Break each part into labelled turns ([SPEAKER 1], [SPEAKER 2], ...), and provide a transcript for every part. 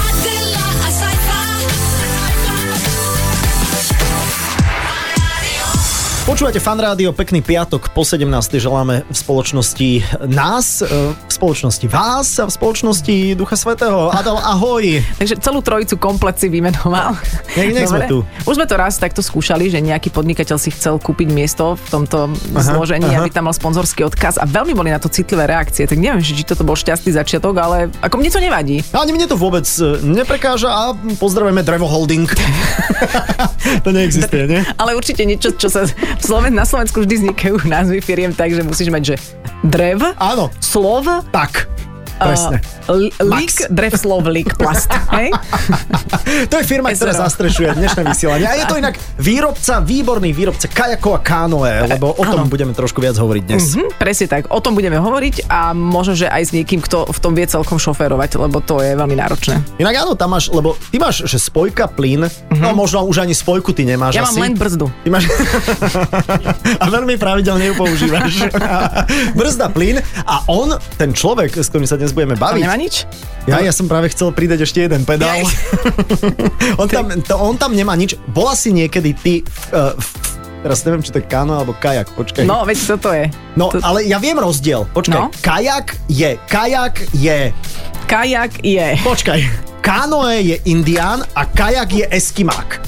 [SPEAKER 1] Adela a Saifa.
[SPEAKER 2] Počúvate fan rádio, pekný piatok po 17. želáme v spoločnosti nás, e, v spoločnosti vás a v spoločnosti Ducha Svetého. Adel, ahoj!
[SPEAKER 3] Takže celú trojicu komplet si vymenoval.
[SPEAKER 2] Nech- nech sme
[SPEAKER 3] Dobre.
[SPEAKER 2] tu.
[SPEAKER 3] Už sme to raz takto skúšali, že nejaký podnikateľ si chcel kúpiť miesto v tomto aha, zložení, aha. aby tam mal sponzorský odkaz a veľmi boli na to citlivé reakcie. Tak neviem, že či toto bol šťastný začiatok, ale ako mne to nevadí.
[SPEAKER 2] No, Ani mne to vôbec e, neprekáža a pozdravujeme Drevo Holding. to neexistuje, nie?
[SPEAKER 3] Ale určite niečo, čo sa v Sloven- na Slovensku vždy vznikajú názvy firiem, takže musíš mať, že drev,
[SPEAKER 2] Áno,
[SPEAKER 3] slov,
[SPEAKER 2] tak. Presne.
[SPEAKER 3] Uh, l-
[SPEAKER 2] Max.
[SPEAKER 3] lík, drev, slov, lík, plast. Hej?
[SPEAKER 2] To je firma, ktorá
[SPEAKER 3] SRO.
[SPEAKER 2] zastrešuje dnešné vysielanie. A je to inak výrobca, výborný výrobca kajakov a kánoe, lebo o tom budeme trošku viac hovoriť dnes.
[SPEAKER 3] Hm, presne tak, o tom budeme hovoriť a možno, že aj s niekým, kto v tom vie celkom šoférovať, lebo to je veľmi náročné.
[SPEAKER 2] Inak áno, tam máš, lebo ty máš, že spojka, plyn, no možno už ani spojku ty nemáš
[SPEAKER 3] Mhm. Ja
[SPEAKER 2] asi.
[SPEAKER 3] mám len brzdu.
[SPEAKER 2] Ty máš... a veľmi pravidelne ju používaš. Brzda plyn a on, ten človek, s ktorým sa dnes budeme
[SPEAKER 3] Tam
[SPEAKER 2] baviť,
[SPEAKER 3] nemá nič?
[SPEAKER 2] ja, ja som práve chcel pridať ešte jeden pedál.
[SPEAKER 3] Jaj.
[SPEAKER 2] on, tam, to, on tam nemá nič. Bola si niekedy ty... Uh, teraz neviem, či to je kano alebo kajak, počkaj.
[SPEAKER 3] No, veď toto je.
[SPEAKER 2] no
[SPEAKER 3] to-
[SPEAKER 2] ale ja viem rozdiel. Počkaj,
[SPEAKER 3] No.
[SPEAKER 2] kajak je, kajak je,
[SPEAKER 3] Kajak je.
[SPEAKER 2] počkaj. Kanoe je indián a kajak je eskimák.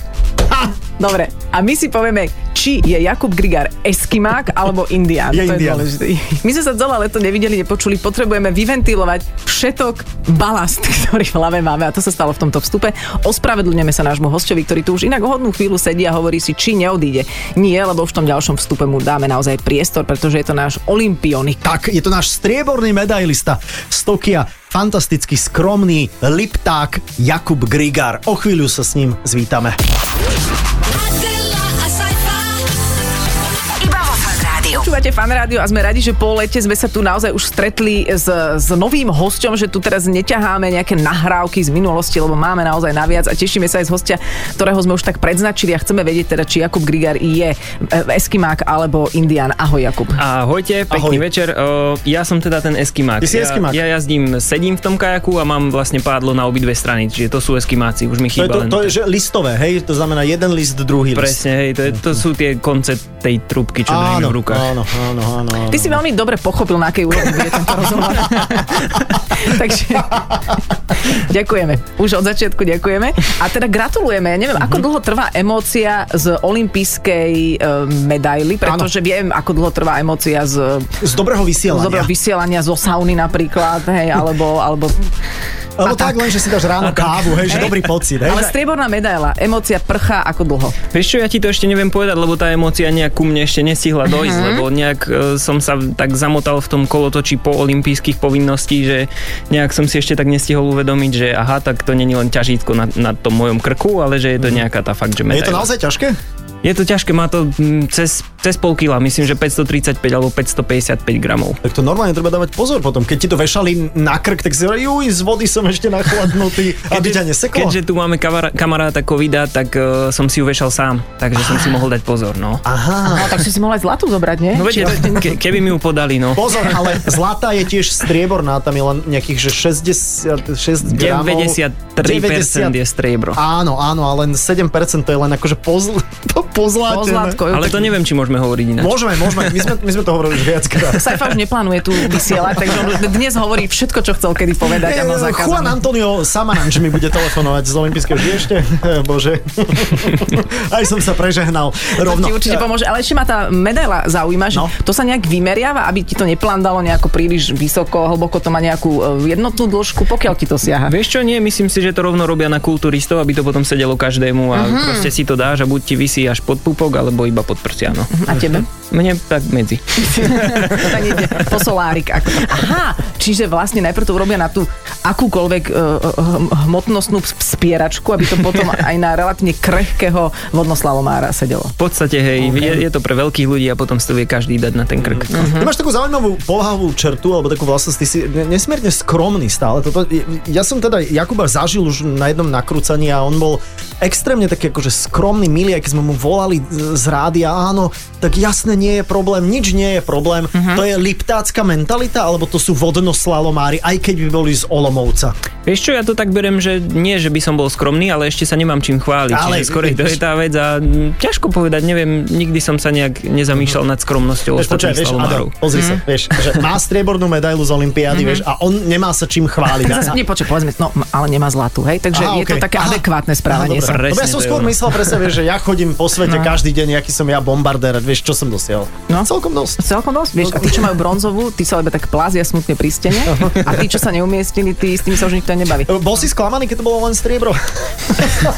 [SPEAKER 2] Ha!
[SPEAKER 3] Dobre, a my si povieme, či je Jakub Grigár eskimák alebo indián.
[SPEAKER 2] Je
[SPEAKER 3] to
[SPEAKER 2] indián.
[SPEAKER 3] je dôležité. My sme sa celé leto nevideli, nepočuli, potrebujeme vyventilovať všetok balast, ktorý v hlave máme a to sa stalo v tomto vstupe. Ospravedlňujeme sa nášmu hostovi, ktorý tu už inak hodnú chvíľu sedí a hovorí si, či neodíde. Nie, lebo už v tom ďalšom vstupe mu dáme naozaj priestor, pretože je to náš olimpionik.
[SPEAKER 2] Tak, je to náš strieborný medailista z Tokia, fantasticky skromný lipták Jakub Grigár. O chvíľu sa s ním zvítame.
[SPEAKER 1] Adela a Saifa.
[SPEAKER 4] Iba vo fan rádiu.
[SPEAKER 3] Počúvate fan rádio a sme radi, že po lete sme sa tu naozaj už stretli s, s novým hosťom, že tu teraz neťaháme nejaké nahrávky z minulosti, lebo máme naozaj naviac a tešíme sa aj z hostia, ktorého sme už tak predznačili a chceme vedieť teda, či Jakub Grigár je e, Eskimák alebo Indian. Ahoj Jakub.
[SPEAKER 5] Ahojte, pekný
[SPEAKER 2] Ahoj.
[SPEAKER 5] Ahoj. večer. O, ja som teda ten eskimák.
[SPEAKER 2] Ty si
[SPEAKER 5] ja,
[SPEAKER 2] eskimák.
[SPEAKER 5] Ja jazdím, sedím v tom kajaku a mám vlastne pádlo na obidve strany, čiže to sú eskimáci, už mi
[SPEAKER 2] To je, to,
[SPEAKER 5] chýba len...
[SPEAKER 2] to je že listové, hej? To znamená jeden list, druhý list.
[SPEAKER 5] Presne, hej, to, je, to sú tie konce tej trubky, čo držíme
[SPEAKER 2] Áno, no.
[SPEAKER 5] v rukách.
[SPEAKER 2] áno, áno, áno, áno.
[SPEAKER 3] Ty si veľmi dobre pochopil, na akej úrovni bude tento rozhovor. Takže ďakujeme. Už od začiatku ďakujeme. A teda gratulujeme. Ja neviem, ako dlho trvá emócia z olympijskej e, medaily, pretože ano. viem, ako dlho trvá emócia z,
[SPEAKER 2] Z dobrého
[SPEAKER 3] z
[SPEAKER 2] vysielania.
[SPEAKER 3] dobrého vysielania zo sauny napríklad, hej, alebo... alebo
[SPEAKER 2] Lebo tak, len, že si dáš ráno kávu, hej, že dobrý pocit, hej?
[SPEAKER 3] ale strieborná medaila, emócia prchá ako dlho.
[SPEAKER 5] Vieš čo, ja ti to ešte neviem povedať, lebo tá emócia nejak ku mne ešte nestihla dojsť, uh-huh. lebo nejak e, som sa tak zamotal v tom kolotočí po olympijských povinností, že nejak som si ešte tak nestihol uvedomiť, že aha, tak to není len ťažítko na, na tom mojom krku, ale že je to nejaká tá fakt, že
[SPEAKER 2] Mhm. Je
[SPEAKER 5] medaila.
[SPEAKER 2] to naozaj ťažké?
[SPEAKER 5] Je to ťažké, má to mm, cez, cez pol kila, myslím, že 535 alebo 555 gramov.
[SPEAKER 2] Tak to normálne treba dávať pozor potom. Keď ti to vešali na krk, tak si hovorí, juj, z vody som ešte nachladnutý, aby ťa neseklo.
[SPEAKER 5] Keďže tu máme kavara, kamaráta covida, tak uh, som si ju vešal sám, takže som si mohol dať pozor, no.
[SPEAKER 2] Aha.
[SPEAKER 3] No, tak si si mohla aj zlatú zobrať, nie?
[SPEAKER 5] No viete, to- ke, keby mi ju podali, no.
[SPEAKER 2] Pozor, ale zlatá je tiež strieborná, tam je len nejakých, že 66 gramov.
[SPEAKER 5] 93% je striebro.
[SPEAKER 2] Áno, áno, ale len 7% to je len akože pozl... po, pozlatené.
[SPEAKER 3] Pozlatko,
[SPEAKER 5] Ale to neviem, či môžeme hovoriť ináč.
[SPEAKER 2] Môžeme, môžeme, my sme, my sme to hovorili už viackrát.
[SPEAKER 3] Saifa už neplánuje tu vysielať, takže on dnes hovorí všetko, čo chcel kedy povedať a mal
[SPEAKER 2] Eh, Juan
[SPEAKER 3] zakázané.
[SPEAKER 2] Antonio Samaranč mi bude telefonovať z olympijského žije ešte. Eh, Bože. Aj som sa prežehnal rovno.
[SPEAKER 3] Ti určite pomôže, ale ešte ma tá medaila zaujíma, že
[SPEAKER 2] e, No.
[SPEAKER 3] no. to sa nejak vymeriava, aby ti to neplandalo nejako príliš vysoko, hlboko to má nejakú e, jednotnú dĺžku, pokiaľ ti to siaha.
[SPEAKER 5] Vieš čo, nie, myslím si, že to rovno robia na kulturistov, aby to potom sedelo každému a uh-huh. proste si to dáš a buď ti vysí až pod pupok, alebo iba pod prsia, no.
[SPEAKER 3] A tebe?
[SPEAKER 5] Mne tak medzi.
[SPEAKER 3] to tak ide po solárik. Ako. Aha, čiže vlastne najprv to urobia na tú akúkoľvek e, e, hm- hmotnostnú sp- spieračku, aby to potom aj na relatívne krehkého vodnoslavomára sedelo.
[SPEAKER 5] V podstate, hej, okay. je, je to pre veľkých ľudí a potom si to vie každý dať na ten krk. Mm.
[SPEAKER 2] Ty máš takú zaujímavú povahovú črtu, alebo takú vlastnosť, ty si ne- nesmierne skromný stále. Toto, ja som teda Jakuba zažil už na jednom nakrúcaní a on bol extrémne taký akože skromný, milý, aj keď sme mu volali z z rádia, áno, tak jasné, nie je problém, nič nie je problém. Uh-huh. To je liptácka mentalita, alebo to sú vodnoslalomári, aj keď by boli z Olomovca.
[SPEAKER 5] Vieš čo, ja to tak berem, že nie, že by som bol skromný, ale ešte sa nemám čím chváliť.
[SPEAKER 2] Ale-
[SPEAKER 5] Ale... Čiže skorej to je tá vec a mm, ťažko povedať, neviem, nikdy som sa nejak nezamýšľal nad skromnosťou
[SPEAKER 2] Mhm. Vieš, počkaj,
[SPEAKER 5] ostatných
[SPEAKER 2] vieš,
[SPEAKER 5] slalomárov.
[SPEAKER 2] Ado, pozri sa, vieš, že má striebornú medailu z Olympiády, vieš, a on nemá sa čím chváliť.
[SPEAKER 3] Tak zase,
[SPEAKER 2] A-
[SPEAKER 3] nie, počkaj, povedzme, no, ale nemá zlatú, hej, takže
[SPEAKER 2] Aha,
[SPEAKER 3] je to
[SPEAKER 2] okej.
[SPEAKER 3] také
[SPEAKER 2] Aha.
[SPEAKER 3] adekvátne
[SPEAKER 2] Áno,
[SPEAKER 3] správanie
[SPEAKER 2] No, dobre.
[SPEAKER 3] sa.
[SPEAKER 5] Presne,
[SPEAKER 2] Lebo ja som
[SPEAKER 5] to je
[SPEAKER 2] skôr
[SPEAKER 5] ono.
[SPEAKER 2] myslel pre sebe, že ja chodím po svete
[SPEAKER 3] No.
[SPEAKER 2] každý deň, aký som ja bombardér, vieš, čo som dosiahol.
[SPEAKER 3] No.
[SPEAKER 2] Celkom dosť.
[SPEAKER 3] Celkom dosť, vieš, a tí, čo majú bronzovú, tí sa iba tak plázia smutne pri stene a tí, čo sa neumiestnili, tí, s tými sa už nikto nebaví.
[SPEAKER 2] E, Bol si sklamaný, keď to bolo len striebro?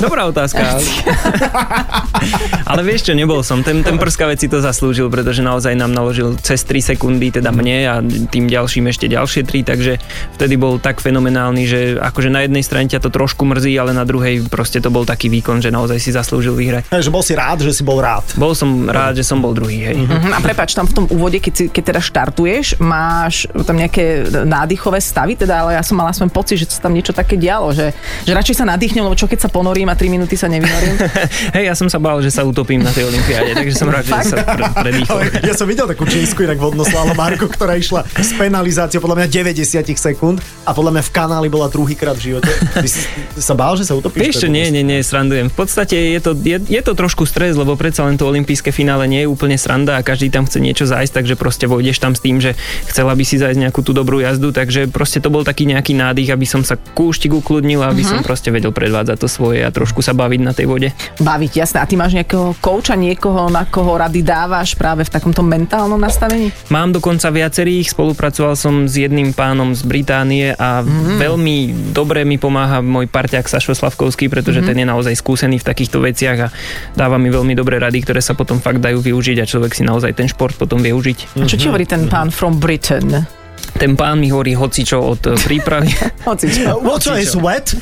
[SPEAKER 5] Dobrá otázka. Ale vieš čo, nebol som. Ten, ten prskavec si to zaslúžil, pretože naozaj nám naložil cez 3 sekundy, teda mne a tým ďalším ešte ďalšie 3, takže vtedy bol tak fenomenálny, že akože na jednej strane ťa to trošku mrzí, ale na druhej proste to bol taký výkon, že naozaj si zaslúžil vyhrať.
[SPEAKER 2] Takže bol si rád, že si bol rád.
[SPEAKER 5] Bol som rád, že som bol druhý, hej.
[SPEAKER 3] Mhm, A prepač, tam v tom úvode, keď, si, keď teda štartuješ, máš tam nejaké nádychové stavy, teda, ale ja som mala svoj pocit, že sa tam niečo také dialo, že, že radšej sa nadýchnem, lebo čo keď sa ponorím a 3 minúty sa nevynorím.
[SPEAKER 5] Hej, ja som sa bál, že sa utopím na tej olimpiáde, takže som rád, že sa pre, predýchol.
[SPEAKER 2] Ale ja som videl takú čísku inak vodnoslálo Marku, ktorá išla s penalizáciou podľa mňa 90 sekúnd a podľa mňa v kanáli bola druhýkrát v živote. Ty si sa bál, že sa utopíš?
[SPEAKER 5] Vieš čo, nie, nie, nie, srandujem. V podstate je to, je, je to trošku stres, lebo predsa len to olympijské finále nie je úplne sranda a každý tam chce niečo zájsť, takže proste vojdeš tam s tým, že chcela by si zájsť nejakú tú dobrú jazdu, takže proste to bol taký nejaký nádych, aby som sa kúštik ukludnil, a aby som proste vedel predvádzať to svoje a trošku sa baviť na tej vode.
[SPEAKER 3] Baviť, jasné. A ty máš nejakého kouča, niekoho, na koho rady dávaš práve v takomto mentálnom nastavení?
[SPEAKER 5] Mám dokonca viacerých, spolupracoval som s jedným pánom z Británie a mm. veľmi dobre mi pomáha môj parťák Sašo Slavkovský, pretože mm. ten je naozaj skúsený v takýchto veciach a dáva mi veľmi dobré rady, ktoré sa potom fakt dajú využiť a človek si naozaj ten šport potom vie užiť.
[SPEAKER 3] Čo ti hovorí ten pán from Britain?
[SPEAKER 5] Ten pán mi hovorí hocičo od eh, prípravy.
[SPEAKER 3] Hoci čo.
[SPEAKER 2] Uh, What is wet?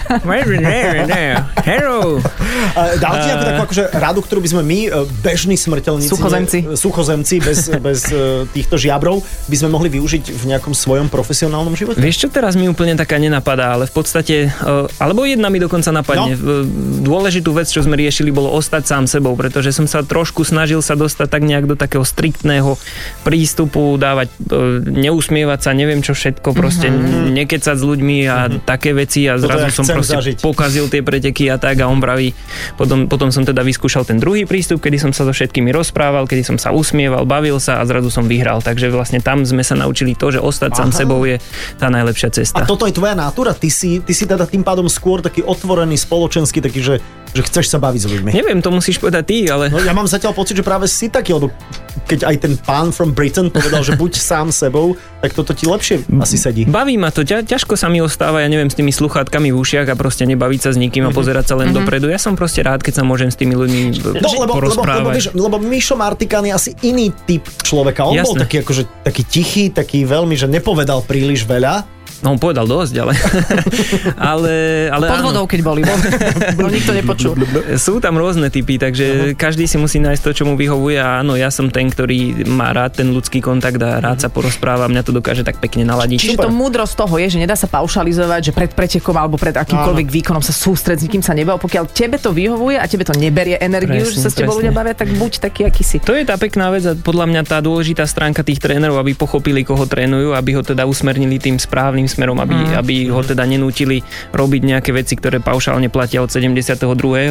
[SPEAKER 5] Hello!
[SPEAKER 2] Uh, Dal ti nejakú takú akože radu, ktorú by sme my, uh, bežní smrteľníci,
[SPEAKER 3] Suchozemci.
[SPEAKER 2] ne- suchozemci bez, bez uh, týchto žiabrov, by sme mohli využiť v nejakom svojom profesionálnom živote?
[SPEAKER 5] Vieš čo, teraz mi úplne taká nenapadá, ale v podstate, eh, alebo jedna mi dokonca napadne. No. Dôležitú vec, čo sme riešili, bolo ostať sám sebou, pretože som sa trošku snažil sa dostať tak nejak do takého striktného prístupu, dávať, eh, neusmievať sa, neviem čo všetko, proste mm-hmm. nekecať s ľuďmi a mm-hmm. také veci a
[SPEAKER 2] Mhm. Toto
[SPEAKER 5] zrazu
[SPEAKER 2] ja
[SPEAKER 5] som
[SPEAKER 2] chcem
[SPEAKER 5] proste
[SPEAKER 2] zažiť.
[SPEAKER 5] pokazil tie preteky a tak a on vraví, potom, potom som teda vyskúšal ten druhý prístup, kedy som sa so všetkými rozprával, kedy som sa usmieval, bavil sa a zrazu som vyhral. Takže vlastne tam sme sa naučili to, že ostať Aha. sám
[SPEAKER 2] Aha.
[SPEAKER 5] sebou je tá najlepšia cesta.
[SPEAKER 2] A toto je tvoja nátura? Ty si, ty si teda tým pádom skôr taký otvorený, spoločenský, taký, že, že chceš sa baviť s ľuďmi.
[SPEAKER 5] Neviem, to musíš povedať ty, ale...
[SPEAKER 2] No, ja mám zatiaľ pocit, že práve si taký, lebo keď aj ten pán from Britain povedal, že buď sám sebou, tak toto ti lepšie asi sedí.
[SPEAKER 5] Baví ma to, ťa, ťažko sa mi ostáva, ja neviem, s tými sluchátkami v ušiach a proste nebaviť sa s nikým a pozerať sa len
[SPEAKER 3] Mhm.
[SPEAKER 5] dopredu. Ja som proste rád, keď sa môžem s tými ľuďmi
[SPEAKER 2] Mhm. No, lebo, lebo, lebo,
[SPEAKER 5] porozprávať.
[SPEAKER 2] vieš, lebo Mišo Martikán je asi iný typ človeka. On bol
[SPEAKER 5] Jasné.
[SPEAKER 2] taký, akože, taký tichý, taký veľmi, že nepovedal príliš veľa.
[SPEAKER 5] No, on povedal dosť, ale... ale, ale
[SPEAKER 3] Pod
[SPEAKER 5] áno.
[SPEAKER 3] vodou, keď boli. No nikto nepočul.
[SPEAKER 5] Sú tam rôzne typy, takže uh-huh. každý si musí nájsť to, čo mu vyhovuje a áno, ja som ten, ktorý má rád ten ľudský kontakt a rád sa porozpráva, mňa to dokáže tak pekne naladiť.
[SPEAKER 3] Čiže to múdrosť toho je, že nedá sa paušalizovať, že pred pretekom alebo pred akýmkoľvek výkonom sa sústred, s nikým sa nebal. Pokiaľ tebe to vyhovuje a tebe to neberie energiu,
[SPEAKER 5] Presne,
[SPEAKER 3] že sa s tebou
[SPEAKER 5] presne.
[SPEAKER 3] ľudia bavia, tak buď taký, aký si.
[SPEAKER 5] To je tá pekná vec a podľa mňa tá dôležitá stránka tých trénerov, aby pochopili, koho trénujú, aby ho teda usmernili tým správnym smerom,
[SPEAKER 2] Mhm.
[SPEAKER 5] aby, aby ho teda nenútili robiť nejaké veci, ktoré paušálne platia od 72.,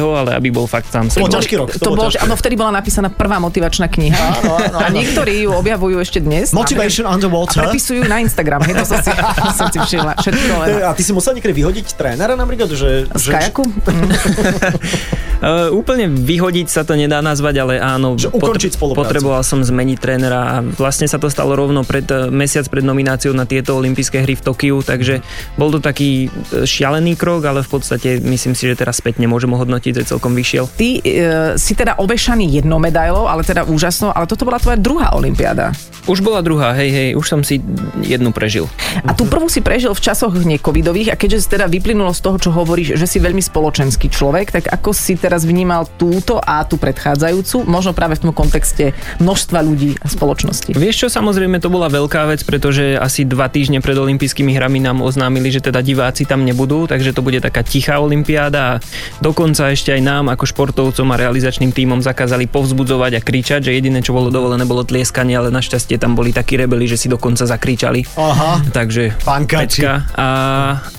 [SPEAKER 5] ale aby bol fakt sám
[SPEAKER 2] To bol
[SPEAKER 5] sebou.
[SPEAKER 2] ťažký rok. To,
[SPEAKER 3] To bolo,
[SPEAKER 2] ťažký.
[SPEAKER 3] áno, vtedy bola napísaná prvá motivačná kniha. Áno, áno, a niektorí ju objavujú ešte dnes.
[SPEAKER 2] Motivation
[SPEAKER 3] A
[SPEAKER 2] underwater.
[SPEAKER 3] prepisujú ju na Instagram, hej, to som si, to som si všimla. Všetko len
[SPEAKER 2] E, A ty si musel niekedy vyhodiť trénera napríklad, že...
[SPEAKER 3] z
[SPEAKER 2] že-
[SPEAKER 3] kajaku. Mm.
[SPEAKER 5] Uh, úplne vyhodiť sa to nedá nazvať, ale áno,
[SPEAKER 2] Že ukončiť spoluprácu.
[SPEAKER 5] potreboval som zmeniť trénera a vlastne sa to stalo rovno pred, eh, mesiac pred nomináciou na tieto olympijské hry v Tokiu, takže bol to taký eh, šialený krok, ale v podstate myslím si, že teraz spätne môžem ho hodnotiť, že celkom vyšiel.
[SPEAKER 3] Ty e, si teda obešaný jednou medailou, ale teda úžasnou, ale toto bola tvoja druhá olimpiáda.
[SPEAKER 5] Už bola druhá, hej, hej, už som si jednu prežil.
[SPEAKER 3] A tú prvú si prežil v časoch necovidových a keďže si teda vyplynulo z toho, čo hovoríš, že si veľmi spoločenský človek, tak ako si teda teraz vnímal túto a tú predchádzajúcu, možno práve v tom kontexte množstva ľudí a spoločnosti.
[SPEAKER 5] Vieš čo, samozrejme to bola veľká vec, pretože asi dva týždne pred olympijskými hrami nám oznámili, že teda diváci tam nebudú, takže to bude taká tichá olympiáda a dokonca ešte aj nám ako športovcom a realizačným tímom zakázali povzbudzovať a kričať, že jediné, čo bolo dovolené, bolo tlieskanie, ale našťastie tam boli takí rebeli, že si dokonca zakričali.
[SPEAKER 2] Aha.
[SPEAKER 5] Takže
[SPEAKER 2] Pankači.
[SPEAKER 5] pecka. A,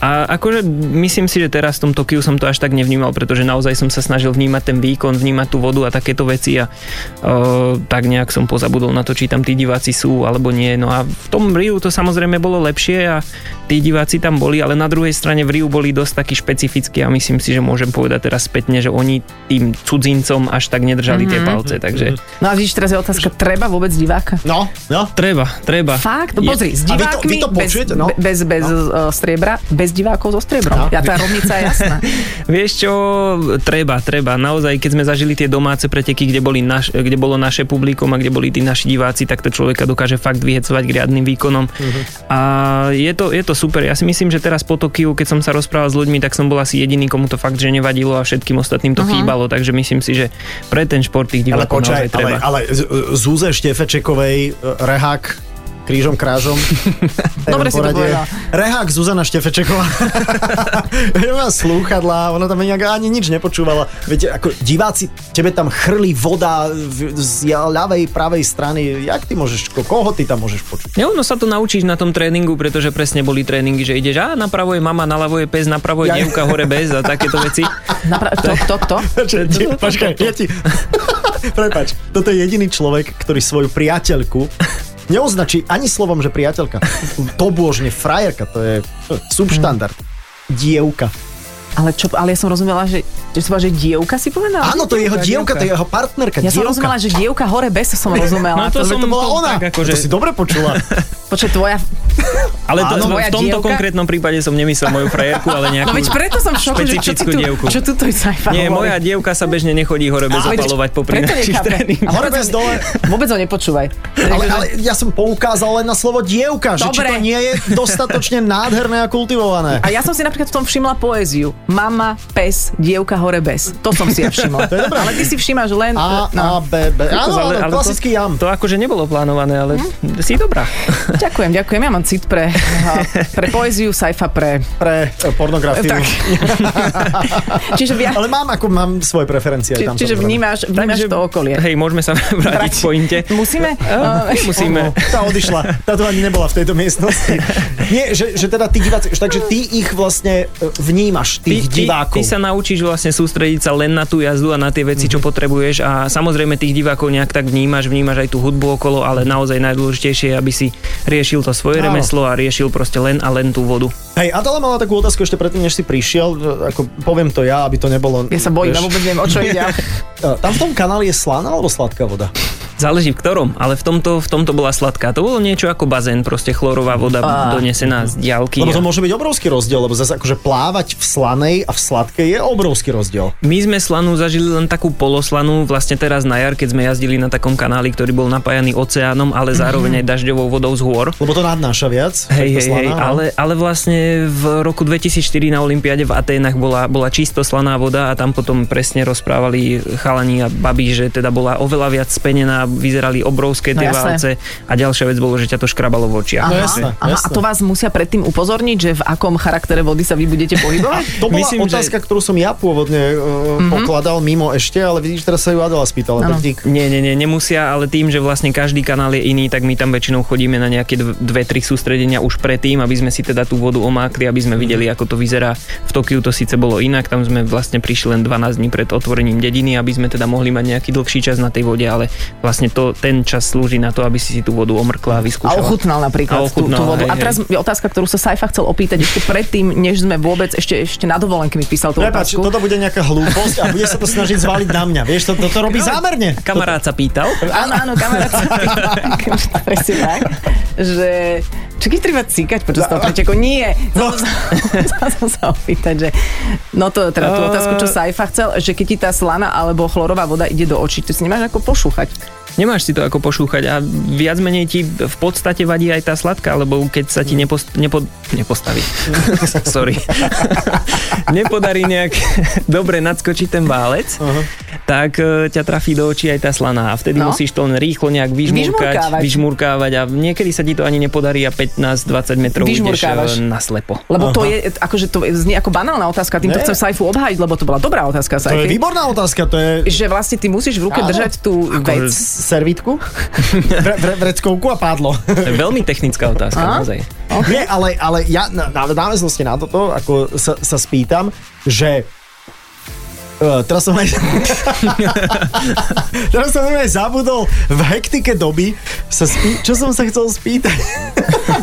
[SPEAKER 5] a akože myslím si, že teraz v tom Tokiu som to až tak nevnímal, pretože naozaj som sa snažil vnímať ten výkon, vnímať tú vodu a takéto veci a o, tak nejak som pozabudol na to, či tam tí diváci sú alebo nie. No a v tom Riu to samozrejme bolo lepšie a tí diváci tam boli, ale na druhej strane v Riu boli dosť takí špecifickí a myslím si, že môžem povedať teraz spätne, že oni tým cudzincom až tak nedržali mm-hmm. tie palce, takže
[SPEAKER 3] No a vidíš, teraz je otázka, treba vôbec diváka?
[SPEAKER 2] No, no.
[SPEAKER 5] treba, treba.
[SPEAKER 3] Fakt? No
[SPEAKER 5] Je-
[SPEAKER 3] pozri, s
[SPEAKER 2] A vy to- vy
[SPEAKER 3] divákmi
[SPEAKER 2] to počujete,
[SPEAKER 3] bez,
[SPEAKER 2] no?
[SPEAKER 3] be- bez, bez no. striebra, bez divákov so striebrom.
[SPEAKER 2] No.
[SPEAKER 3] No. Ja tá rovnica je jasná.
[SPEAKER 5] Vieš čo, treba, treba. Naozaj, keď sme zažili tie domáce preteky, kde, boli naš, kde bolo naše publikum a kde boli tí naši diváci, tak to človeka dokáže fakt vyhecovať k riadnym výkonom.
[SPEAKER 2] Mhm.
[SPEAKER 5] Uh-huh. A je to, je to super. Ja si myslím, že teraz po Tokiu, keď som sa rozprával s ľuďmi, tak som bol asi jediný, komu to fakt, že nevadilo a všetkým ostatným to uh-huh. chýbalo. Takže myslím si, že pre ten šport tých
[SPEAKER 2] Ale
[SPEAKER 5] divákov
[SPEAKER 2] počkaj,
[SPEAKER 5] naozaj
[SPEAKER 2] ale,
[SPEAKER 5] treba.
[SPEAKER 2] ale Z- Zúze Štefečekovej, e, Rehák, krížom, krážom. Neviem
[SPEAKER 3] Dobre si to
[SPEAKER 2] poradie.
[SPEAKER 3] povedal.
[SPEAKER 2] Rehák Zuzana Štefečeková. Má slúchadlá, ona tam nejak ani nič nepočúvala. Viete, ako diváci, tebe tam chrli voda v- z ja- ľavej, pravej strany. Jak ty môžeš, ko- koho ty tam môžeš počuť?
[SPEAKER 5] Ne, ono sa to naučíš na tom tréningu, pretože presne boli tréningy, že ideš, a napravo je mama, naľavo je pes, napravo
[SPEAKER 2] Ja-
[SPEAKER 5] je dievka, hore bez a takéto veci.
[SPEAKER 3] Napra- to, kto, kto?
[SPEAKER 2] Čo, ti- Počkaj, ja ti... Prepač, toto je jediný človek, ktorý svoju priateľku neoznačí ani slovom, že priateľka. To božne, frajerka, to je hm, subštandard. Dievka.
[SPEAKER 3] Ale, čo, ale ja som rozumela, že, že, som, že dievka si povedala?
[SPEAKER 2] Áno, to je jeho dievka,
[SPEAKER 5] dievka.
[SPEAKER 2] to je jeho partnerka.
[SPEAKER 3] Ja som
[SPEAKER 2] dievka.
[SPEAKER 3] rozumela, že dievka hore bez som rozumela.
[SPEAKER 5] No to
[SPEAKER 2] Veď
[SPEAKER 5] som
[SPEAKER 2] to bola
[SPEAKER 5] to
[SPEAKER 2] ona.
[SPEAKER 5] tak akože-
[SPEAKER 2] To si dobre počula.
[SPEAKER 3] Počkaj, tvoja...
[SPEAKER 5] Ale to,
[SPEAKER 3] Áno,
[SPEAKER 5] Áno,
[SPEAKER 3] moja
[SPEAKER 5] v tomto
[SPEAKER 3] dievka.
[SPEAKER 5] konkrétnom prípade som nemyslel moju frajerku, ale nejakú
[SPEAKER 3] No veď preto som v šoku, že čo, ty
[SPEAKER 5] špecifickú
[SPEAKER 3] tu,
[SPEAKER 5] dievku.
[SPEAKER 3] čo tu to Saifa
[SPEAKER 5] Nie,
[SPEAKER 3] hovorí.
[SPEAKER 5] moja dievka sa bežne nechodí hore bez
[SPEAKER 3] No Veď
[SPEAKER 5] opalovať popri
[SPEAKER 3] preto nechápem.
[SPEAKER 5] našich
[SPEAKER 3] A
[SPEAKER 5] tréningoch.
[SPEAKER 2] Hore
[SPEAKER 3] vôbec
[SPEAKER 2] bez
[SPEAKER 3] ho-
[SPEAKER 2] dole.
[SPEAKER 3] Vôbec ho nepočúvaj.
[SPEAKER 2] Ale, ale ja som poukázal len na slovo dievka, že či
[SPEAKER 3] Dobre.
[SPEAKER 2] to nie je dostatočne nádherné a kultivované.
[SPEAKER 3] A ja som si napríklad v tom všimla poéziu. Mama, pes, dievka, hore, bez. To som si ja
[SPEAKER 2] No,
[SPEAKER 3] všimla.
[SPEAKER 2] je dobré.
[SPEAKER 3] ale ty si všímaš len...
[SPEAKER 2] A, A,
[SPEAKER 3] no.
[SPEAKER 2] B, B. Áno, áno, klasický
[SPEAKER 5] to,
[SPEAKER 2] jam.
[SPEAKER 5] To akože nebolo plánované, ale
[SPEAKER 3] Mhm.
[SPEAKER 5] si dobrá.
[SPEAKER 3] Ďakujem, ďakujem. Ja mám cit pre, pre poéziu, sajfa pre...
[SPEAKER 2] Pre e, pornografiu.
[SPEAKER 3] Tak. Čiže, ja,
[SPEAKER 2] Ale mám, ako mám svoje preferencie. aj
[SPEAKER 3] či,
[SPEAKER 2] tam, samozrejme.
[SPEAKER 3] čiže vnímaš, vnímaš to okolie.
[SPEAKER 5] Hej, môžeme sa vrátiť k pointe.
[SPEAKER 3] Musíme?
[SPEAKER 5] Musíme.
[SPEAKER 2] No, tá odišla. Tá tu ani nebola v tejto miestnosti. Nie, že, že teda tí diváci, že takže ty ich vlastne e, vnímaš, tých
[SPEAKER 5] ty,
[SPEAKER 2] divákov.
[SPEAKER 5] Ty, ty sa naučíš vlastne sústrediť sa len na tú jazdu a na tie veci,
[SPEAKER 3] Mhm.
[SPEAKER 5] čo potrebuješ a samozrejme tých divákov nejak tak vnímaš, vnímaš aj tú hudbu okolo, ale naozaj najdôležitejšie je, aby si riešil to svoje
[SPEAKER 2] Áno.
[SPEAKER 5] remeslo a riešil proste len a len tú vodu.
[SPEAKER 2] Hej, Adela mala takú otázku ešte predtým, než si prišiel, e, ako poviem to ja, aby to nebolo...
[SPEAKER 3] Ja sa bojím, ja
[SPEAKER 2] vieš.
[SPEAKER 3] vôbec neviem, o čo ide. ale-
[SPEAKER 2] E, Tam v tom kanáli je slaná alebo sladká voda?
[SPEAKER 5] Záleží v ktorom, ale v tomto, v tomto bola sladká. To bolo niečo ako bazén, proste chlorová voda donesená z diálky.
[SPEAKER 2] Lebo to môže byť obrovský rozdiel, lebo zase akože plávať v slanej a v sladkej je obrovský rozdiel.
[SPEAKER 5] My sme slanú zažili len takú poloslanú, vlastne teraz na jar, keď sme jazdili na takom kanáli, ktorý bol napájaný oceánom, ale zároveň aj dažďovou vodou z hôr.
[SPEAKER 2] Lebo to nadnáša viac. tak tá
[SPEAKER 5] Hej, hej,
[SPEAKER 2] slaná,
[SPEAKER 5] hej,
[SPEAKER 2] no.
[SPEAKER 5] ale, ale vlastne v roku 2004 na Olympiade v Aténach bola, bola čisto slaná voda a tam potom presne rozprávali chalani a babí, že teda bola oveľa viac spenená, vyzerali obrovské
[SPEAKER 3] No
[SPEAKER 5] tie
[SPEAKER 3] jasné.
[SPEAKER 5] válce a ďalšia vec bolo, že ťa to škrabalo v očiach.
[SPEAKER 2] No
[SPEAKER 3] Aha,
[SPEAKER 2] jasné,
[SPEAKER 3] aha, a
[SPEAKER 2] jasné.
[SPEAKER 3] to vás musia predtým upozorniť, že v akom charaktere vody sa vy budete pohybovať?
[SPEAKER 2] To bola
[SPEAKER 5] Myslím, že- Mhm.
[SPEAKER 2] otázka, ktorú som ja pôvodne uh, pokladal mimo ešte, ale vidíš, teraz sa ju Adela spýtala.
[SPEAKER 3] Áno.
[SPEAKER 2] tak dík.
[SPEAKER 5] Nie, nie, nie, nemusia, ale tým, že vlastne každý kanál je iný, tak my tam väčšinou chodíme na nejaké dv- dve, tri sústredenia už predtým, aby sme si teda tú vodu omákli, aby sme videli, ako to vyzerá. V Tokiu to síce bolo inak, tam sme vlastne prišli len 12 dní pred otvorením dediny, aby sme teda mohli mať nejaký dlhší čas na tej vode, ale vlastne to, ten čas slúži na to, aby si si tú vodu omrkla a
[SPEAKER 3] A
[SPEAKER 5] vyskúšala.
[SPEAKER 3] ochutnal napríklad
[SPEAKER 5] A
[SPEAKER 3] tú,
[SPEAKER 5] ochutnal,
[SPEAKER 3] tú vodu.
[SPEAKER 5] hej,
[SPEAKER 3] a teraz je otázka, ktorú sa Saifa chcel opýtať ešte predtým, než sme vôbec ešte, ešte na dovolenke mi písal tú
[SPEAKER 2] Prepač,
[SPEAKER 3] otázku.
[SPEAKER 2] toto bude nejaká hlúposť a bude sa to snažiť zvaliť na mňa. Vieš, to, toto robí zámerne.
[SPEAKER 5] Kamarát sa pýtal.
[SPEAKER 3] Áno, áno, kamarát. Presne tak, že... Čo keď treba cíkať počas toho preteku? Nie. No. Chcela som sa opýtať, že... No to teda tú
[SPEAKER 5] Eh.
[SPEAKER 3] otázku, čo Saifa chcel, že keď ti tá slana alebo chlorová voda ide do očí, to si nemáš ako pošúchať.
[SPEAKER 5] nemáš si to ako pošúchať a viac menej ti v podstate vadí aj tá sladká, lebo keď sa ti nepost, nepo, nepostaví, sorry, nepodarí nejak dobre nadskočiť ten válec, uh-huh. tak e, ťa trafí do očí aj tá slaná a vtedy
[SPEAKER 3] No.
[SPEAKER 5] no. musíš to len rýchlo nejak vyžmurkať,
[SPEAKER 3] Vyžmurkávať.
[SPEAKER 5] vyžmurkávať a niekedy sa ti to ani nepodarí a 15-20 metrov ideš
[SPEAKER 3] Vyžmurkávaš.
[SPEAKER 5] e, naslepo.
[SPEAKER 3] Lebo to je, akože to znie ako banálna otázka, týmto
[SPEAKER 2] Nie.
[SPEAKER 3] chcem Saifu obhájiť, lebo to bola dobrá otázka
[SPEAKER 2] To je
[SPEAKER 3] Saifi.
[SPEAKER 2] výborná otázka, to je
[SPEAKER 3] Že vlastne ty musíš v ruke
[SPEAKER 2] Áno. Akože
[SPEAKER 3] držať tú vec.
[SPEAKER 2] servítku, vre, vre, vreckovku a pádlo.
[SPEAKER 5] To je veľmi technická otázka,
[SPEAKER 3] A?
[SPEAKER 5] naozaj.
[SPEAKER 2] Okay. Nie, ale, ale ja na, na, v náväznosti na toto ako sa, sa spýtam, že Uh, teraz som aj... teraz som aj zabudol v hektike doby sa spý... Čo som sa chcel spýtať?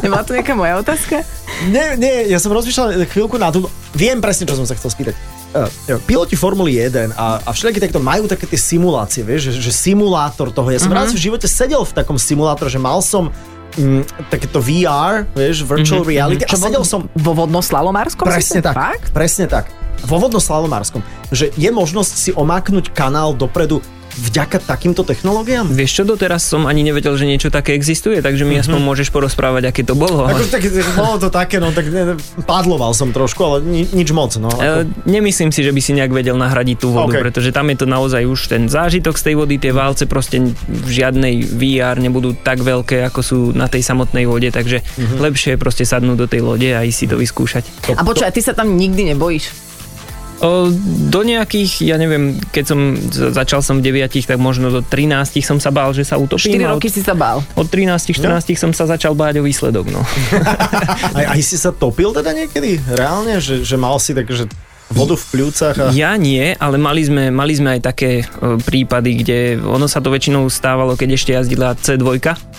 [SPEAKER 3] Bola to nejaká moja otázka?
[SPEAKER 2] Nie, nie, ja som rozmýšľal chvíľku na tú... Viem presne, čo som sa chcel spýtať. Eh, Piloti Formuly 1 a, a všetky takto majú také tie simulácie, vieš, že, že simulátor toho. Ja
[SPEAKER 3] Mhm.
[SPEAKER 2] som mm-hmm. raz v živote sedel v takom simulátore, že mal som mm, takéto VR, vieš,
[SPEAKER 3] Mhm,
[SPEAKER 2] virtual mm-hmm. reality a sedel som
[SPEAKER 3] Vo vodnoslalomárskom?
[SPEAKER 2] Presne
[SPEAKER 3] si
[SPEAKER 2] tak.
[SPEAKER 3] to? Fakt?
[SPEAKER 2] Presne tak. Vo vodnoslalomárskom. Že je možnosť si omáknuť kanál dopredu vďaka takýmto technológiám?
[SPEAKER 5] Vieš čo, doteraz som ani nevedel, že niečo také existuje, takže
[SPEAKER 3] Mhm.
[SPEAKER 5] mi aspoň môžeš porozprávať, aké to bolo.
[SPEAKER 2] Ako, tak, bolo to také, no tak ne, ne, pádloval som trošku, ale ni, nič moc. No,
[SPEAKER 5] E,
[SPEAKER 3] Eh,
[SPEAKER 2] ako,
[SPEAKER 5] Nemyslím si, že by si nejak vedel nahradiť tú vodu,
[SPEAKER 2] OK.
[SPEAKER 5] okay. pretože tam je to naozaj už ten zážitok z tej vody, tie válce proste v žiadnej VR nebudú tak veľké, ako sú na tej samotnej vode, takže
[SPEAKER 2] Mhm.
[SPEAKER 5] mm-hmm. lepšie je proste sadnúť do tej lode a ísť si to
[SPEAKER 2] to,
[SPEAKER 5] vyskúšať. E,
[SPEAKER 3] A počkaj, ty sa tam nikdy nebojíš.
[SPEAKER 5] O, do nejakých, ja neviem, keď som za- začal som v 9, tak možno do 13 som sa bál, že sa
[SPEAKER 3] 4
[SPEAKER 5] utopím. a
[SPEAKER 3] roky si sa bál.
[SPEAKER 5] Od, od
[SPEAKER 2] No.
[SPEAKER 5] 13, 14 som sa začal báť o výsledok, no.
[SPEAKER 2] Aj, aj si sa topil teda niekedy? Reálne? Že, že mal si tak, že vodu v pľúcach a...
[SPEAKER 5] Ja nie, ale mali sme, mali sme aj také e, prípady, kde ono sa to väčšinou stávalo, keď ešte jazdila C2,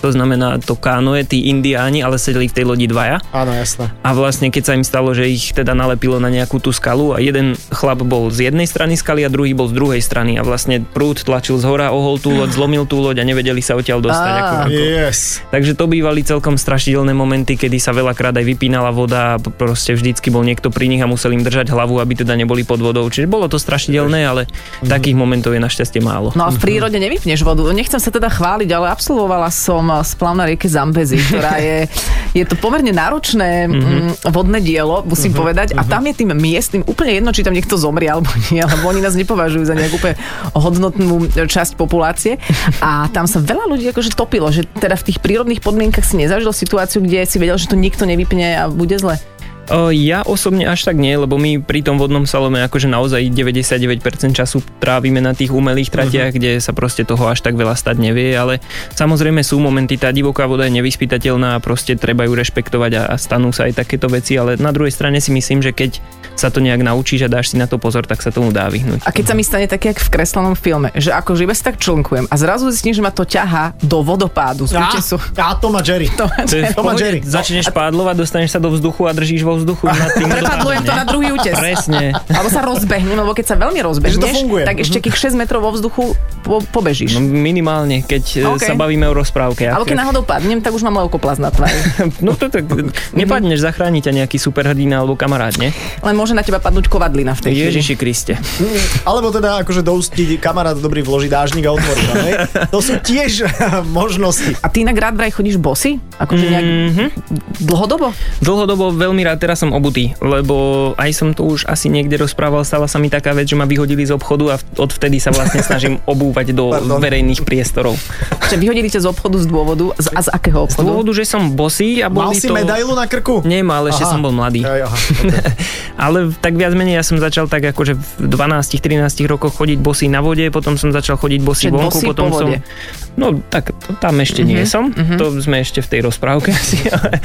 [SPEAKER 5] to znamená to kánoe, tí indiáni, ale sedeli v tej lodi dvaja.
[SPEAKER 2] Áno, jasné.
[SPEAKER 5] A vlastne keď sa im stalo, že ich teda nalepilo na nejakú tú skalu a jeden chlap bol z jednej strany skaly a druhý bol z druhej strany a vlastne prúd tlačil z hora, ohol tú loď, zlomil tú loď a nevedeli sa odtiaľ dostať.
[SPEAKER 3] Á.
[SPEAKER 5] Ako, ako.
[SPEAKER 2] Yes.
[SPEAKER 5] Takže to bývali celkom strašidelné momenty, kedy sa veľakrát aj vypínala voda a p- proste vždycky bol niekto pri nich a musel im držať hlavu, aby teda neboli pod vodou. Čiže bolo to strašidelné, ale takých momentov je našťastie málo.
[SPEAKER 2] Mhm.
[SPEAKER 3] No a v prírode nevypneš vodu. Nechcem sa teda chváliť, ale absolvovala som eh, splav na rieke Zambezi, ktorá je, je to pomerne náročné
[SPEAKER 2] Mhm.
[SPEAKER 3] mm, vodné dielo, musím povedať. A tam je tým miestnym úplne jedno, či tam niekto zomrie alebo nie, lebo oni nás nepovažujú za nejakú úplne hodnotnú eh, časť populácie. A tam sa veľa ľudí akože topilo, že teda v tých prírodných podmienkach si nezažil situáciu, kde si vedel, že to nikto nevypne a bude zle.
[SPEAKER 5] O, Eh, Ja osobne až tak nie, lebo my pri tom vodnom salome akože naozaj 99% času trávime na tých umelých tratiach, kde sa proste toho až tak veľa stať nevie, ale samozrejme sú momenty, tá divoká voda je nevyspytateľná a proste treba ju rešpektovať a, a stanú sa aj takéto veci, ale na druhej strane si myslím, že keď sa to nejak naučíš a dáš si na to pozor, tak sa tomu dá vyhnúť.
[SPEAKER 3] A keď sa mi stane tak, jak v kreslenom filme, že akože iba si tak člnkujem a zrazu zistím, že ma to ťahá do vodopádu z útesu.
[SPEAKER 2] a Tom a Jerry.
[SPEAKER 3] To ma
[SPEAKER 5] To je v
[SPEAKER 2] Tom a
[SPEAKER 5] pohode.
[SPEAKER 2] Jerry.
[SPEAKER 3] No,
[SPEAKER 5] Začneš pádlovať, dostaneš sa do vzduchu a držíš vo vzduchu. nad tým
[SPEAKER 3] Prepadlujem to na druhý útes.
[SPEAKER 5] Presne.
[SPEAKER 3] Alebo sa rozbehnem, lebo keď sa veľmi
[SPEAKER 2] Že to
[SPEAKER 3] rozbehneš,
[SPEAKER 2] funguje.
[SPEAKER 3] tak ešte kých 6 metrov vo vzduchu po,
[SPEAKER 5] No,
[SPEAKER 3] pobežíš.
[SPEAKER 5] minimálne, keď
[SPEAKER 3] OK.
[SPEAKER 5] okay. sa bavíme o rozprávke.
[SPEAKER 3] Ale keď náhodou padnem, tak už mám leukoplaz na tvári.
[SPEAKER 5] No to tak, nepadneš, zachráni ťa nejaký superhrdina alebo kamarát, ne?
[SPEAKER 3] Len môže na teba padnúť kovadlina v tej chvíli.
[SPEAKER 5] Ježiši Kriste.
[SPEAKER 2] Alebo teda akože do ústí kamarát dobrý vloží dážnik a otvorí. no, hej? To sú tiež možnosti.
[SPEAKER 3] A ty inak rád vraj chodíš bosy? Akože nejak
[SPEAKER 5] Mhm.
[SPEAKER 3] dlhodobo?
[SPEAKER 5] Dlhodobo veľmi rád teraz som obutý, lebo aj som to už asi niekde rozprával, stala sa mi taká vec, že ma vyhodili z obchodu a v- odvtedy sa vlastne snažím obúvať do
[SPEAKER 2] Pardon.
[SPEAKER 5] verejných priestorov.
[SPEAKER 3] Čiže vyhodili ťa z obchodu z dôvodu? Z, a z akého
[SPEAKER 5] Z
[SPEAKER 3] obchodu?
[SPEAKER 5] dôvodu, že som bosý a
[SPEAKER 2] Mal
[SPEAKER 5] boli
[SPEAKER 2] si
[SPEAKER 5] to...
[SPEAKER 2] medailu na krku?
[SPEAKER 5] Nemal, ešte som bol mladý.
[SPEAKER 2] Aj, aha, okay.
[SPEAKER 5] Ale v- tak viac menej ja som začal tak akože v 12-13 rokoch chodiť bosý na vode, potom som začal chodiť
[SPEAKER 3] Čiže
[SPEAKER 5] bosý vonku,
[SPEAKER 3] bosý
[SPEAKER 5] potom
[SPEAKER 3] po
[SPEAKER 5] som...
[SPEAKER 3] vode.
[SPEAKER 5] No tak to, tam ešte nie som, to sme ešte v tej rozprávke asi, ale...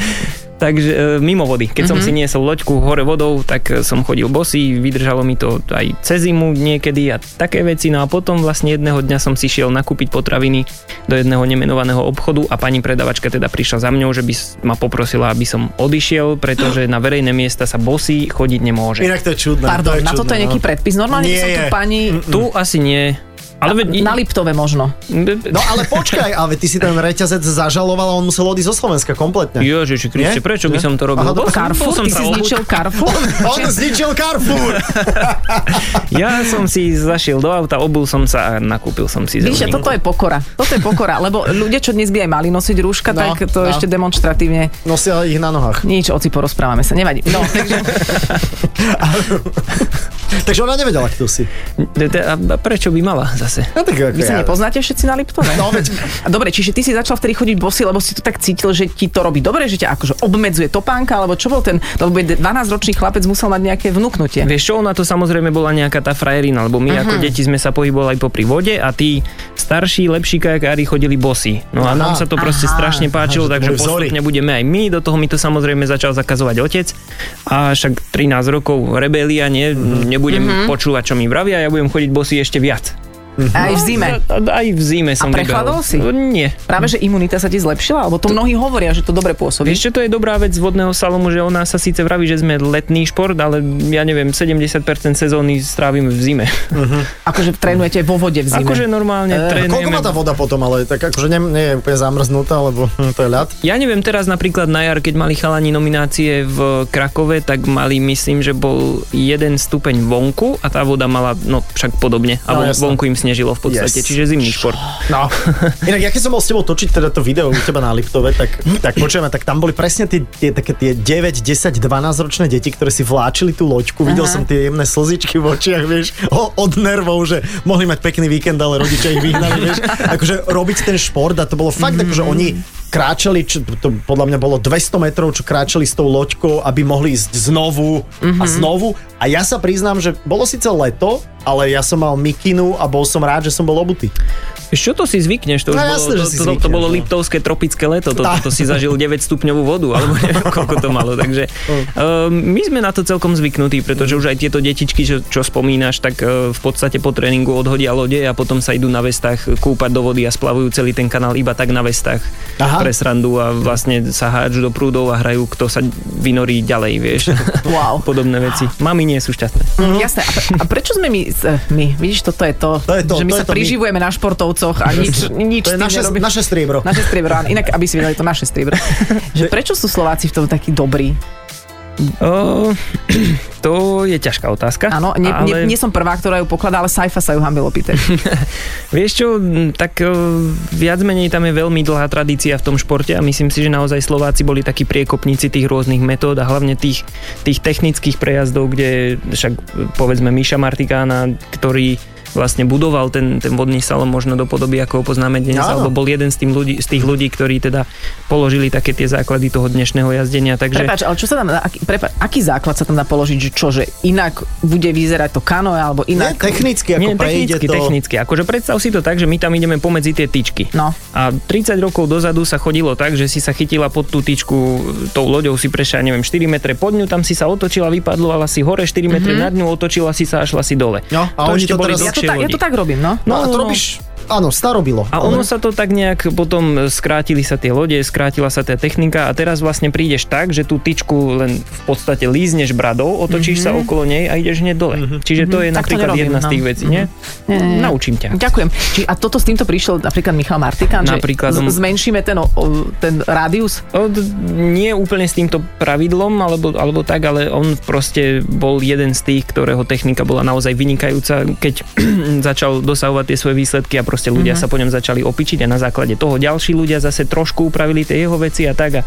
[SPEAKER 5] Takže e, mimo vody. Keď som si niesol loďku hore vodou, tak e, som chodil bosý, vydržalo mi to aj cez zimu niekedy a také veci. No a potom vlastne jedného dňa som si šiel nakúpiť potraviny do jedného nemenovaného obchodu a pani predavačka teda prišla za mňou, že by s- ma poprosila, aby som odišiel, pretože na verejné miesta sa bosý chodiť nemôže.
[SPEAKER 2] Inak to je čudné.
[SPEAKER 3] Pardon,
[SPEAKER 2] to je
[SPEAKER 3] na
[SPEAKER 2] čudné,
[SPEAKER 3] toto je nejaký
[SPEAKER 2] no.
[SPEAKER 3] predpis. Normálne by
[SPEAKER 2] Nie
[SPEAKER 3] som tu
[SPEAKER 2] je.
[SPEAKER 3] pani...
[SPEAKER 5] Tu asi nie. Ale veď...
[SPEAKER 3] Na Liptove možno.
[SPEAKER 2] No ale počkaj, ale ty si ten reťazec zažaloval a on musel odísť zo Slovenska kompletne.
[SPEAKER 5] Ježiši
[SPEAKER 2] Nie?
[SPEAKER 5] Kriste, prečo by
[SPEAKER 2] Nie?
[SPEAKER 5] som to robil?
[SPEAKER 2] Aha,
[SPEAKER 5] Bol som- bol
[SPEAKER 3] Carrefour?
[SPEAKER 5] som
[SPEAKER 3] Ty si
[SPEAKER 5] sa obú-
[SPEAKER 3] zničil Carrefour?
[SPEAKER 2] On zničil Carrefour!
[SPEAKER 5] Ja som si zašiel do auta, obul som sa a nakúpil som si
[SPEAKER 3] Víš, a
[SPEAKER 5] zeleninku.
[SPEAKER 3] toto je pokora. Toto je pokora, lebo ľudia, čo dnes by aj mali nosiť rúška,
[SPEAKER 2] No,
[SPEAKER 3] tak to
[SPEAKER 2] no.
[SPEAKER 3] ešte demonstratívne
[SPEAKER 2] Nosia ich na nohách.
[SPEAKER 3] nič, oci porozprávame sa, nevadí. No, takže
[SPEAKER 2] Takže ona nevedela, kto si.
[SPEAKER 5] D- d- A a prečo by mala zase?
[SPEAKER 2] No tak ako
[SPEAKER 3] vy sa
[SPEAKER 2] ja.
[SPEAKER 3] nepoznáte všetci na Liptove?
[SPEAKER 2] No veď,
[SPEAKER 3] A Dobre, čiže ty si začal vtedy chodiť bosy, lebo si to tak cítil, že ti to robí dobre, že ťa akože obmedzuje topánka, alebo čo bol ten, lebo 12-ročný chlapec musel mať nejaké vnúknutie.
[SPEAKER 5] Vieš čo, ona to samozrejme bola nejaká tá frajerina, lebo my
[SPEAKER 3] Mhm.
[SPEAKER 5] ako deti sme sa pohybovali popri vode a tí starší, lepší kajakári chodili bosí. No
[SPEAKER 2] Aha.
[SPEAKER 5] a nám sa to proste
[SPEAKER 3] Aha.
[SPEAKER 5] strašne páčilo,
[SPEAKER 2] Aha, že to
[SPEAKER 5] takže
[SPEAKER 2] boli vzory.
[SPEAKER 5] postupne budeme aj my. Do toho mi to samozrejme začal zakazovať otec. A však 13 rokov rebelia, nie,
[SPEAKER 3] Mhm.
[SPEAKER 5] nebudem počúvať, čo mi vravia, ja budem chodiť bosí ešte viac.
[SPEAKER 3] Aj v zime.
[SPEAKER 5] A- a- Aj v zime som
[SPEAKER 3] prechladol
[SPEAKER 5] vybehol.
[SPEAKER 3] si?
[SPEAKER 5] Nie.
[SPEAKER 3] Práve, že imunita sa ti zlepšila, alebo to mnohí hovoria, že to dobre pôsobí.
[SPEAKER 5] Vieš čo, to je dobrá vec z vodného slalomu, že ona sa síce vraví, že sme letný šport, ale ja neviem, 70% sezóny strávim v zime.
[SPEAKER 3] Akože trénujete vo vode v zime.
[SPEAKER 5] Akože
[SPEAKER 3] Eh,
[SPEAKER 5] normálne
[SPEAKER 2] koľko má
[SPEAKER 5] trénujeme.
[SPEAKER 2] tá voda potom, ale tak akože nie, nie je úplne zamrznutá, lebo hm, to je ľad.
[SPEAKER 5] Ja neviem, teraz napríklad na jar, keď mali chalani nominácie v Krakove, tak mali, myslím, že bol jeden stupeň vonku a tá voda mala, no však podobne, a
[SPEAKER 2] No,
[SPEAKER 5] von-
[SPEAKER 2] jasné.
[SPEAKER 5] vonku im snežilo v podstate,
[SPEAKER 2] Yes.
[SPEAKER 5] čiže zimný šport.
[SPEAKER 2] No. Inak, ja keď som bol s tebou točiť teda to video u teba na Liptove, tak, tak počujeme, tak tam boli presne tie, tie, také tie 9, 10, 12 ročné deti, ktoré si vláčili tú loďku. Videl som tie jemné slzičky v očiach, vieš, o, od nervov, že mohli mať pekný víkend, ale rodičia ich vyhnali, vieš. Akože robiť ten šport a to bolo fakt, akože oni kráčali, čo, to podľa mňa bolo 200 metrov, čo kráčali s tou loďkou, aby mohli ísť znovu a znovu. A ja sa priznám, že bolo síce leto, ale ja som mal mikinu a bol som rád, že som bol obutý.
[SPEAKER 5] Čo to si zvykneš? To,
[SPEAKER 2] No,
[SPEAKER 5] už bolo,
[SPEAKER 2] jasné,
[SPEAKER 5] to,
[SPEAKER 2] že
[SPEAKER 5] to,
[SPEAKER 2] si
[SPEAKER 5] to, to
[SPEAKER 2] zvykneš,
[SPEAKER 5] bolo
[SPEAKER 2] no.
[SPEAKER 5] liptovské tropické leto, to,
[SPEAKER 2] Tá.
[SPEAKER 5] to, to si zažil 9 stupňovú vodu, alebo neviem, koľko to malo. Takže
[SPEAKER 2] Mm.
[SPEAKER 5] um, my sme na to celkom zvyknutí, pretože už aj tieto detičky, čo, čo spomínaš, tak uh, v podstate po tréningu odhodia lode a potom sa idú na vestách kúpať do vody a splavujú celý ten kanál iba tak na vestách
[SPEAKER 2] Aha.
[SPEAKER 5] pre srandu a vlastne sa hádžu do prúdov a hrajú, kto sa vynorí ďalej, vieš.
[SPEAKER 3] Wow.
[SPEAKER 5] Podobné veci. Mami nie sú šťastné.
[SPEAKER 3] Jasné, a, pre, a prečo sme my, s- my, vidíš, toto je to,
[SPEAKER 2] Mhm. To je to,
[SPEAKER 3] že my
[SPEAKER 2] to je
[SPEAKER 3] sa
[SPEAKER 2] to my.
[SPEAKER 3] priživujeme na športovcoch a nič, nič
[SPEAKER 2] To je
[SPEAKER 3] s tým
[SPEAKER 2] naše,
[SPEAKER 3] nerobí-
[SPEAKER 2] naše striebro.
[SPEAKER 3] Naše striebro, áno. inak aby si vedeli, to naše striebro. Že prečo sú Slováci v tom takí dobrí?
[SPEAKER 5] O, Ehm, to je ťažká otázka.
[SPEAKER 3] Áno, nie, ale... nie, nie som prvá, ktorá ju pokladá, ale Saifa sa ju hambilo pýtať.
[SPEAKER 5] Vieš čo, m, tak e, viac menej tam je veľmi dlhá tradícia v tom športe a myslím si, že naozaj Slováci boli takí priekopníci tých rôznych metód a hlavne tých, tých technických prejazdov, kde však e, povedzme Miša Martikána, ktorý vlastne budoval ten, ten vodný salon možno do podoby, ako ho poznáme dnes,
[SPEAKER 2] Áno.
[SPEAKER 5] alebo bol jeden z, tým ľudí, z tých ľudí, ktorí teda položili také tie základy toho dnešného jazdenia. Takže
[SPEAKER 3] Prepač, ale čo sa tam, dá- aký, prepač, aký základ sa tam dá položiť, že čo, že inak bude vyzerať to kanoe, alebo
[SPEAKER 2] Nie,
[SPEAKER 3] inak...
[SPEAKER 2] technicky, ako
[SPEAKER 5] Nie,
[SPEAKER 2] prejde
[SPEAKER 5] technicky,
[SPEAKER 2] to...
[SPEAKER 5] technicky. Akože predstav si to tak, že my tam ideme pomedzi tie tyčky.
[SPEAKER 3] No.
[SPEAKER 5] A 30 rokov dozadu sa chodilo tak, že si sa chytila pod tú tyčku, tou loďou si prešla, neviem, 4 metre pod ňu, tam si sa otočila, vypadlovala si hore, 4 metre nad ňu, otočila si sa a šla si dole.
[SPEAKER 2] No, a oni
[SPEAKER 5] ešte
[SPEAKER 2] to teraz-
[SPEAKER 5] boli
[SPEAKER 3] Ja Mhm. to,
[SPEAKER 5] dlhšie
[SPEAKER 3] tak, ja
[SPEAKER 5] lodi.
[SPEAKER 3] to tak robím, no.
[SPEAKER 2] No, a to robíš... Áno, starobilo.
[SPEAKER 5] A ono sa to tak nejak potom skrátili sa tie lode, skrátila sa tá technika a teraz vlastne prídeš tak, že tú tyčku len v podstate lízneš bradou, otočíš mm-hmm. sa okolo nej a ideš hneď dole.
[SPEAKER 2] Mhm.
[SPEAKER 5] Mm-hmm. Čiže to je
[SPEAKER 3] Mhm. Tak to
[SPEAKER 5] napríklad
[SPEAKER 3] nerobím,
[SPEAKER 5] jedna z
[SPEAKER 3] no.
[SPEAKER 5] tých vecí, nie?
[SPEAKER 3] nie, nie.
[SPEAKER 5] Naučím ťa.
[SPEAKER 3] Ďakujem. Či, a toto s týmto prišiel napríklad Michal Martikán,
[SPEAKER 5] Napríklad,
[SPEAKER 3] že
[SPEAKER 5] on-
[SPEAKER 3] z- zmenšíme ten, o- o- ten rádius?
[SPEAKER 5] Od, No, nie úplne s týmto pravidlom, alebo, alebo tak, ale on proste bol jeden z tých, ktorého technika bola naozaj vynikajúca, keď začal dosahovať tie svoje výsledky a proste ľudia mm-hmm. sa po ňom začali opičiť a na základe toho ďalší ľudia zase trošku upravili tie jeho veci a tak a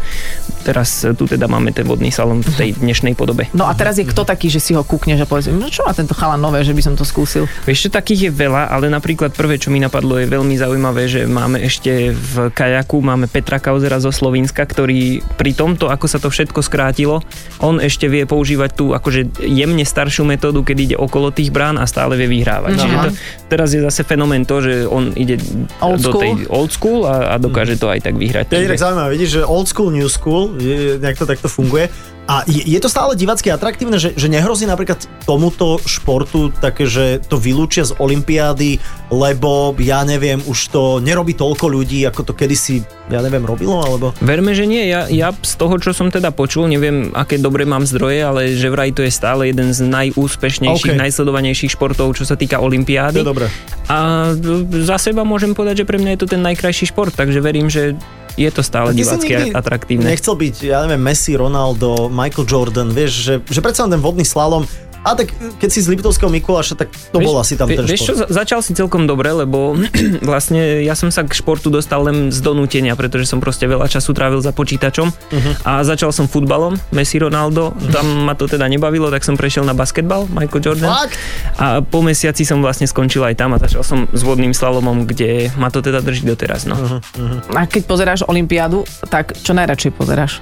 [SPEAKER 5] teraz e, tu teda máme ten vodný salon v tej dnešnej podobe.
[SPEAKER 3] No a teraz je kto taký, že si ho kúkneš a povieš, no čo má tento chalan nové, že by som to skúsil?
[SPEAKER 5] Vieš, čo takých je veľa, ale napríklad prvé, čo mi napadlo, je veľmi zaujímavé, že máme ešte v kajaku, máme Petra Kauzera zo Slovenska, ktorý pri tomto, ako sa to všetko skrátilo, on ešte vie používať tú akože jemne staršiu metódu, keď ide okolo tých brán a stále vie
[SPEAKER 3] Mhm.
[SPEAKER 5] vyhrávať. Čiže to, teraz je zase fenomén to, že on ide
[SPEAKER 3] Old
[SPEAKER 5] do
[SPEAKER 3] school.
[SPEAKER 5] tej old school a, a dokáže to aj tak
[SPEAKER 2] To
[SPEAKER 5] vyhrať.
[SPEAKER 2] je
[SPEAKER 5] Takže-
[SPEAKER 2] inak zaujímavé, vidíš, že old school, new school, je, nejak to takto funguje. A je, je to stále divácky atraktívne, že, že nehrozí napríklad tomuto športu také, že to vylúčia z Olympiády, lebo ja neviem, už to nerobí toľko ľudí, ako to kedysi, ja neviem, robilo, alebo...
[SPEAKER 5] Verme, že nie. Ja, ja z toho, čo som teda počul, neviem, aké dobre mám zdroje, ale že vraj to je stále jeden z
[SPEAKER 2] OK.
[SPEAKER 5] najúspešnejších, okay. najsledovanejších športov, čo sa týka Olympiády.
[SPEAKER 2] To je dobré.
[SPEAKER 5] A e, za seba môžem povedať, že pre mňa je to ten najkrajší šport, takže verím, že je to
[SPEAKER 2] Ty
[SPEAKER 5] stále
[SPEAKER 2] si
[SPEAKER 5] divácky
[SPEAKER 2] nikdy
[SPEAKER 5] atraktívne.
[SPEAKER 2] Nechcel byť, ja neviem, Messi, Ronaldo, Michael Jordan, vieš, že, že predsa len ten vodný slalom, a tak keď si z Liptovského Mikuláša, tak to bol asi tam
[SPEAKER 5] vie-
[SPEAKER 2] ten
[SPEAKER 5] vieš čo,
[SPEAKER 2] šport.
[SPEAKER 5] za- začal si celkom dobre, lebo vlastne ja som sa k športu dostal len z donútenia, pretože som proste veľa času trávil za
[SPEAKER 2] Mhm.
[SPEAKER 5] počítačom uh-huh. a začal som futbalom, Messi, Ronaldo, tam ma to teda nebavilo, tak som prešiel na basketbal, Michael Jordan.
[SPEAKER 2] Fakt?
[SPEAKER 5] A po mesiaci som vlastne skončil aj tam a začal som s vodným slalomom, kde ma to teda drží doteraz. No.
[SPEAKER 2] Mhm.
[SPEAKER 5] Uh-huh.
[SPEAKER 3] A keď pozeráš Olympiádu, tak čo najradšej pozeráš?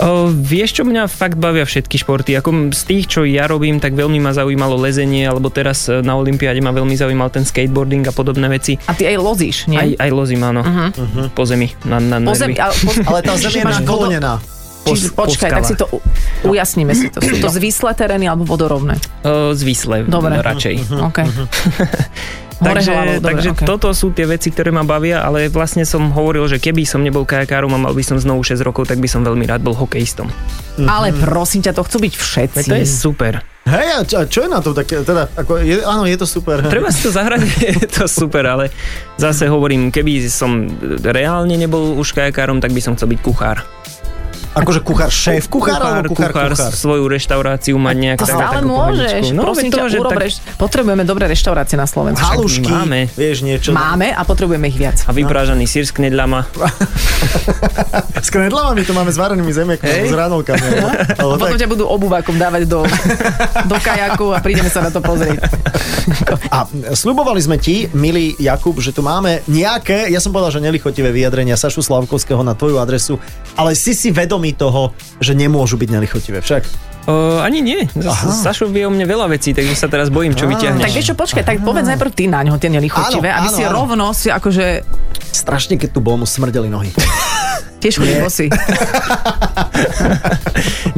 [SPEAKER 5] O, vieš, čo mňa fakt bavia všetky športy. Ako z tých, čo ja robím, tak veľmi ma zaujímalo lezenie, alebo teraz e, na Olympiáde ma veľmi zaujímal ten skateboarding a podobné veci.
[SPEAKER 3] A ty aj lozíš, nie?
[SPEAKER 5] Aj, aj lozím, áno.
[SPEAKER 2] Mhm.
[SPEAKER 5] Uh-huh. Po zemi. Na, na
[SPEAKER 3] po
[SPEAKER 5] nervy.
[SPEAKER 3] zemi, ale, po,
[SPEAKER 2] Ale tá zem je
[SPEAKER 3] máš vodo-
[SPEAKER 2] naklonená.
[SPEAKER 5] Pos-
[SPEAKER 3] Čiže počkaj,
[SPEAKER 5] poskala.
[SPEAKER 3] tak si to u- ujasníme si to. Sú
[SPEAKER 5] No.
[SPEAKER 3] to zvislé terény alebo vodorovné?
[SPEAKER 5] E, Zvisle
[SPEAKER 3] Dobre.
[SPEAKER 5] radšej.
[SPEAKER 3] OK. Hore
[SPEAKER 5] Mhm, Takže,
[SPEAKER 3] hlavou, dobre,
[SPEAKER 5] takže
[SPEAKER 3] okay.
[SPEAKER 5] toto sú tie veci, ktoré ma bavia, ale vlastne som hovoril, že keby som nebol kajakárom a mal by som znovu 6 rokov, tak by som veľmi rád bol hokejistom.
[SPEAKER 3] Ale prosím ťa, to chcú byť
[SPEAKER 5] mhm. Veď
[SPEAKER 3] všetci.
[SPEAKER 5] To je super.
[SPEAKER 2] Hej, a čo, a čo je na to také, teda, ako, je, áno, je to super.
[SPEAKER 5] Treba si to zahrať, je to super, ale zase hovorím, keby som reálne nebol už kajakárom, tak by som chcel byť kuchár.
[SPEAKER 2] Akože kuchár, šéf kuchár, alebo kuchár, kuchár, kuchár.
[SPEAKER 5] svoju reštauráciu mať nejak
[SPEAKER 3] To
[SPEAKER 5] tak-
[SPEAKER 3] stále
[SPEAKER 5] takú
[SPEAKER 3] môžeš.
[SPEAKER 5] pohodičku. No,
[SPEAKER 3] prosím
[SPEAKER 5] veď to,
[SPEAKER 3] ťa,
[SPEAKER 5] že
[SPEAKER 3] urob,
[SPEAKER 5] tak-
[SPEAKER 3] reš- potrebujeme dobré reštaurácie na Slovensku.
[SPEAKER 2] Halušky,
[SPEAKER 5] Máme.
[SPEAKER 2] vieš niečo.
[SPEAKER 3] Máme a potrebujeme ich viac.
[SPEAKER 5] A vyprážaný sír s knedľama.
[SPEAKER 2] S knedlavami to máme s varenými zemiakmi, s ranolkami. alebo- alebo
[SPEAKER 3] A potom
[SPEAKER 2] tak.
[SPEAKER 3] ťa budú obuvákom dávať do, do kajaku a prídeme sa na to pozrieť.
[SPEAKER 2] A sľubovali sme ti, milý Jakub, že tu máme nejaké, ja som povedal, že nelichotivé vyjadrenia Sašu Slavkovského na tvoju adresu, ale si si vedomý toho, že nemôžu byť nelichotivé. Však
[SPEAKER 5] O, ani nie. Aha. Sašo vie o mne veľa vecí, takže sa teraz bojím, čo
[SPEAKER 2] Á.
[SPEAKER 5] vyťahneš.
[SPEAKER 3] Tak vieš čo, počkaj, tak povedz najprv ty na ňo tie nelichotivé,
[SPEAKER 2] No. Áno,
[SPEAKER 3] aby
[SPEAKER 2] áno,
[SPEAKER 3] si
[SPEAKER 2] áno.
[SPEAKER 3] rovno si akože
[SPEAKER 2] strašne, keď tu bol, mu smrdeli nohy.
[SPEAKER 3] tiež chodí bosy.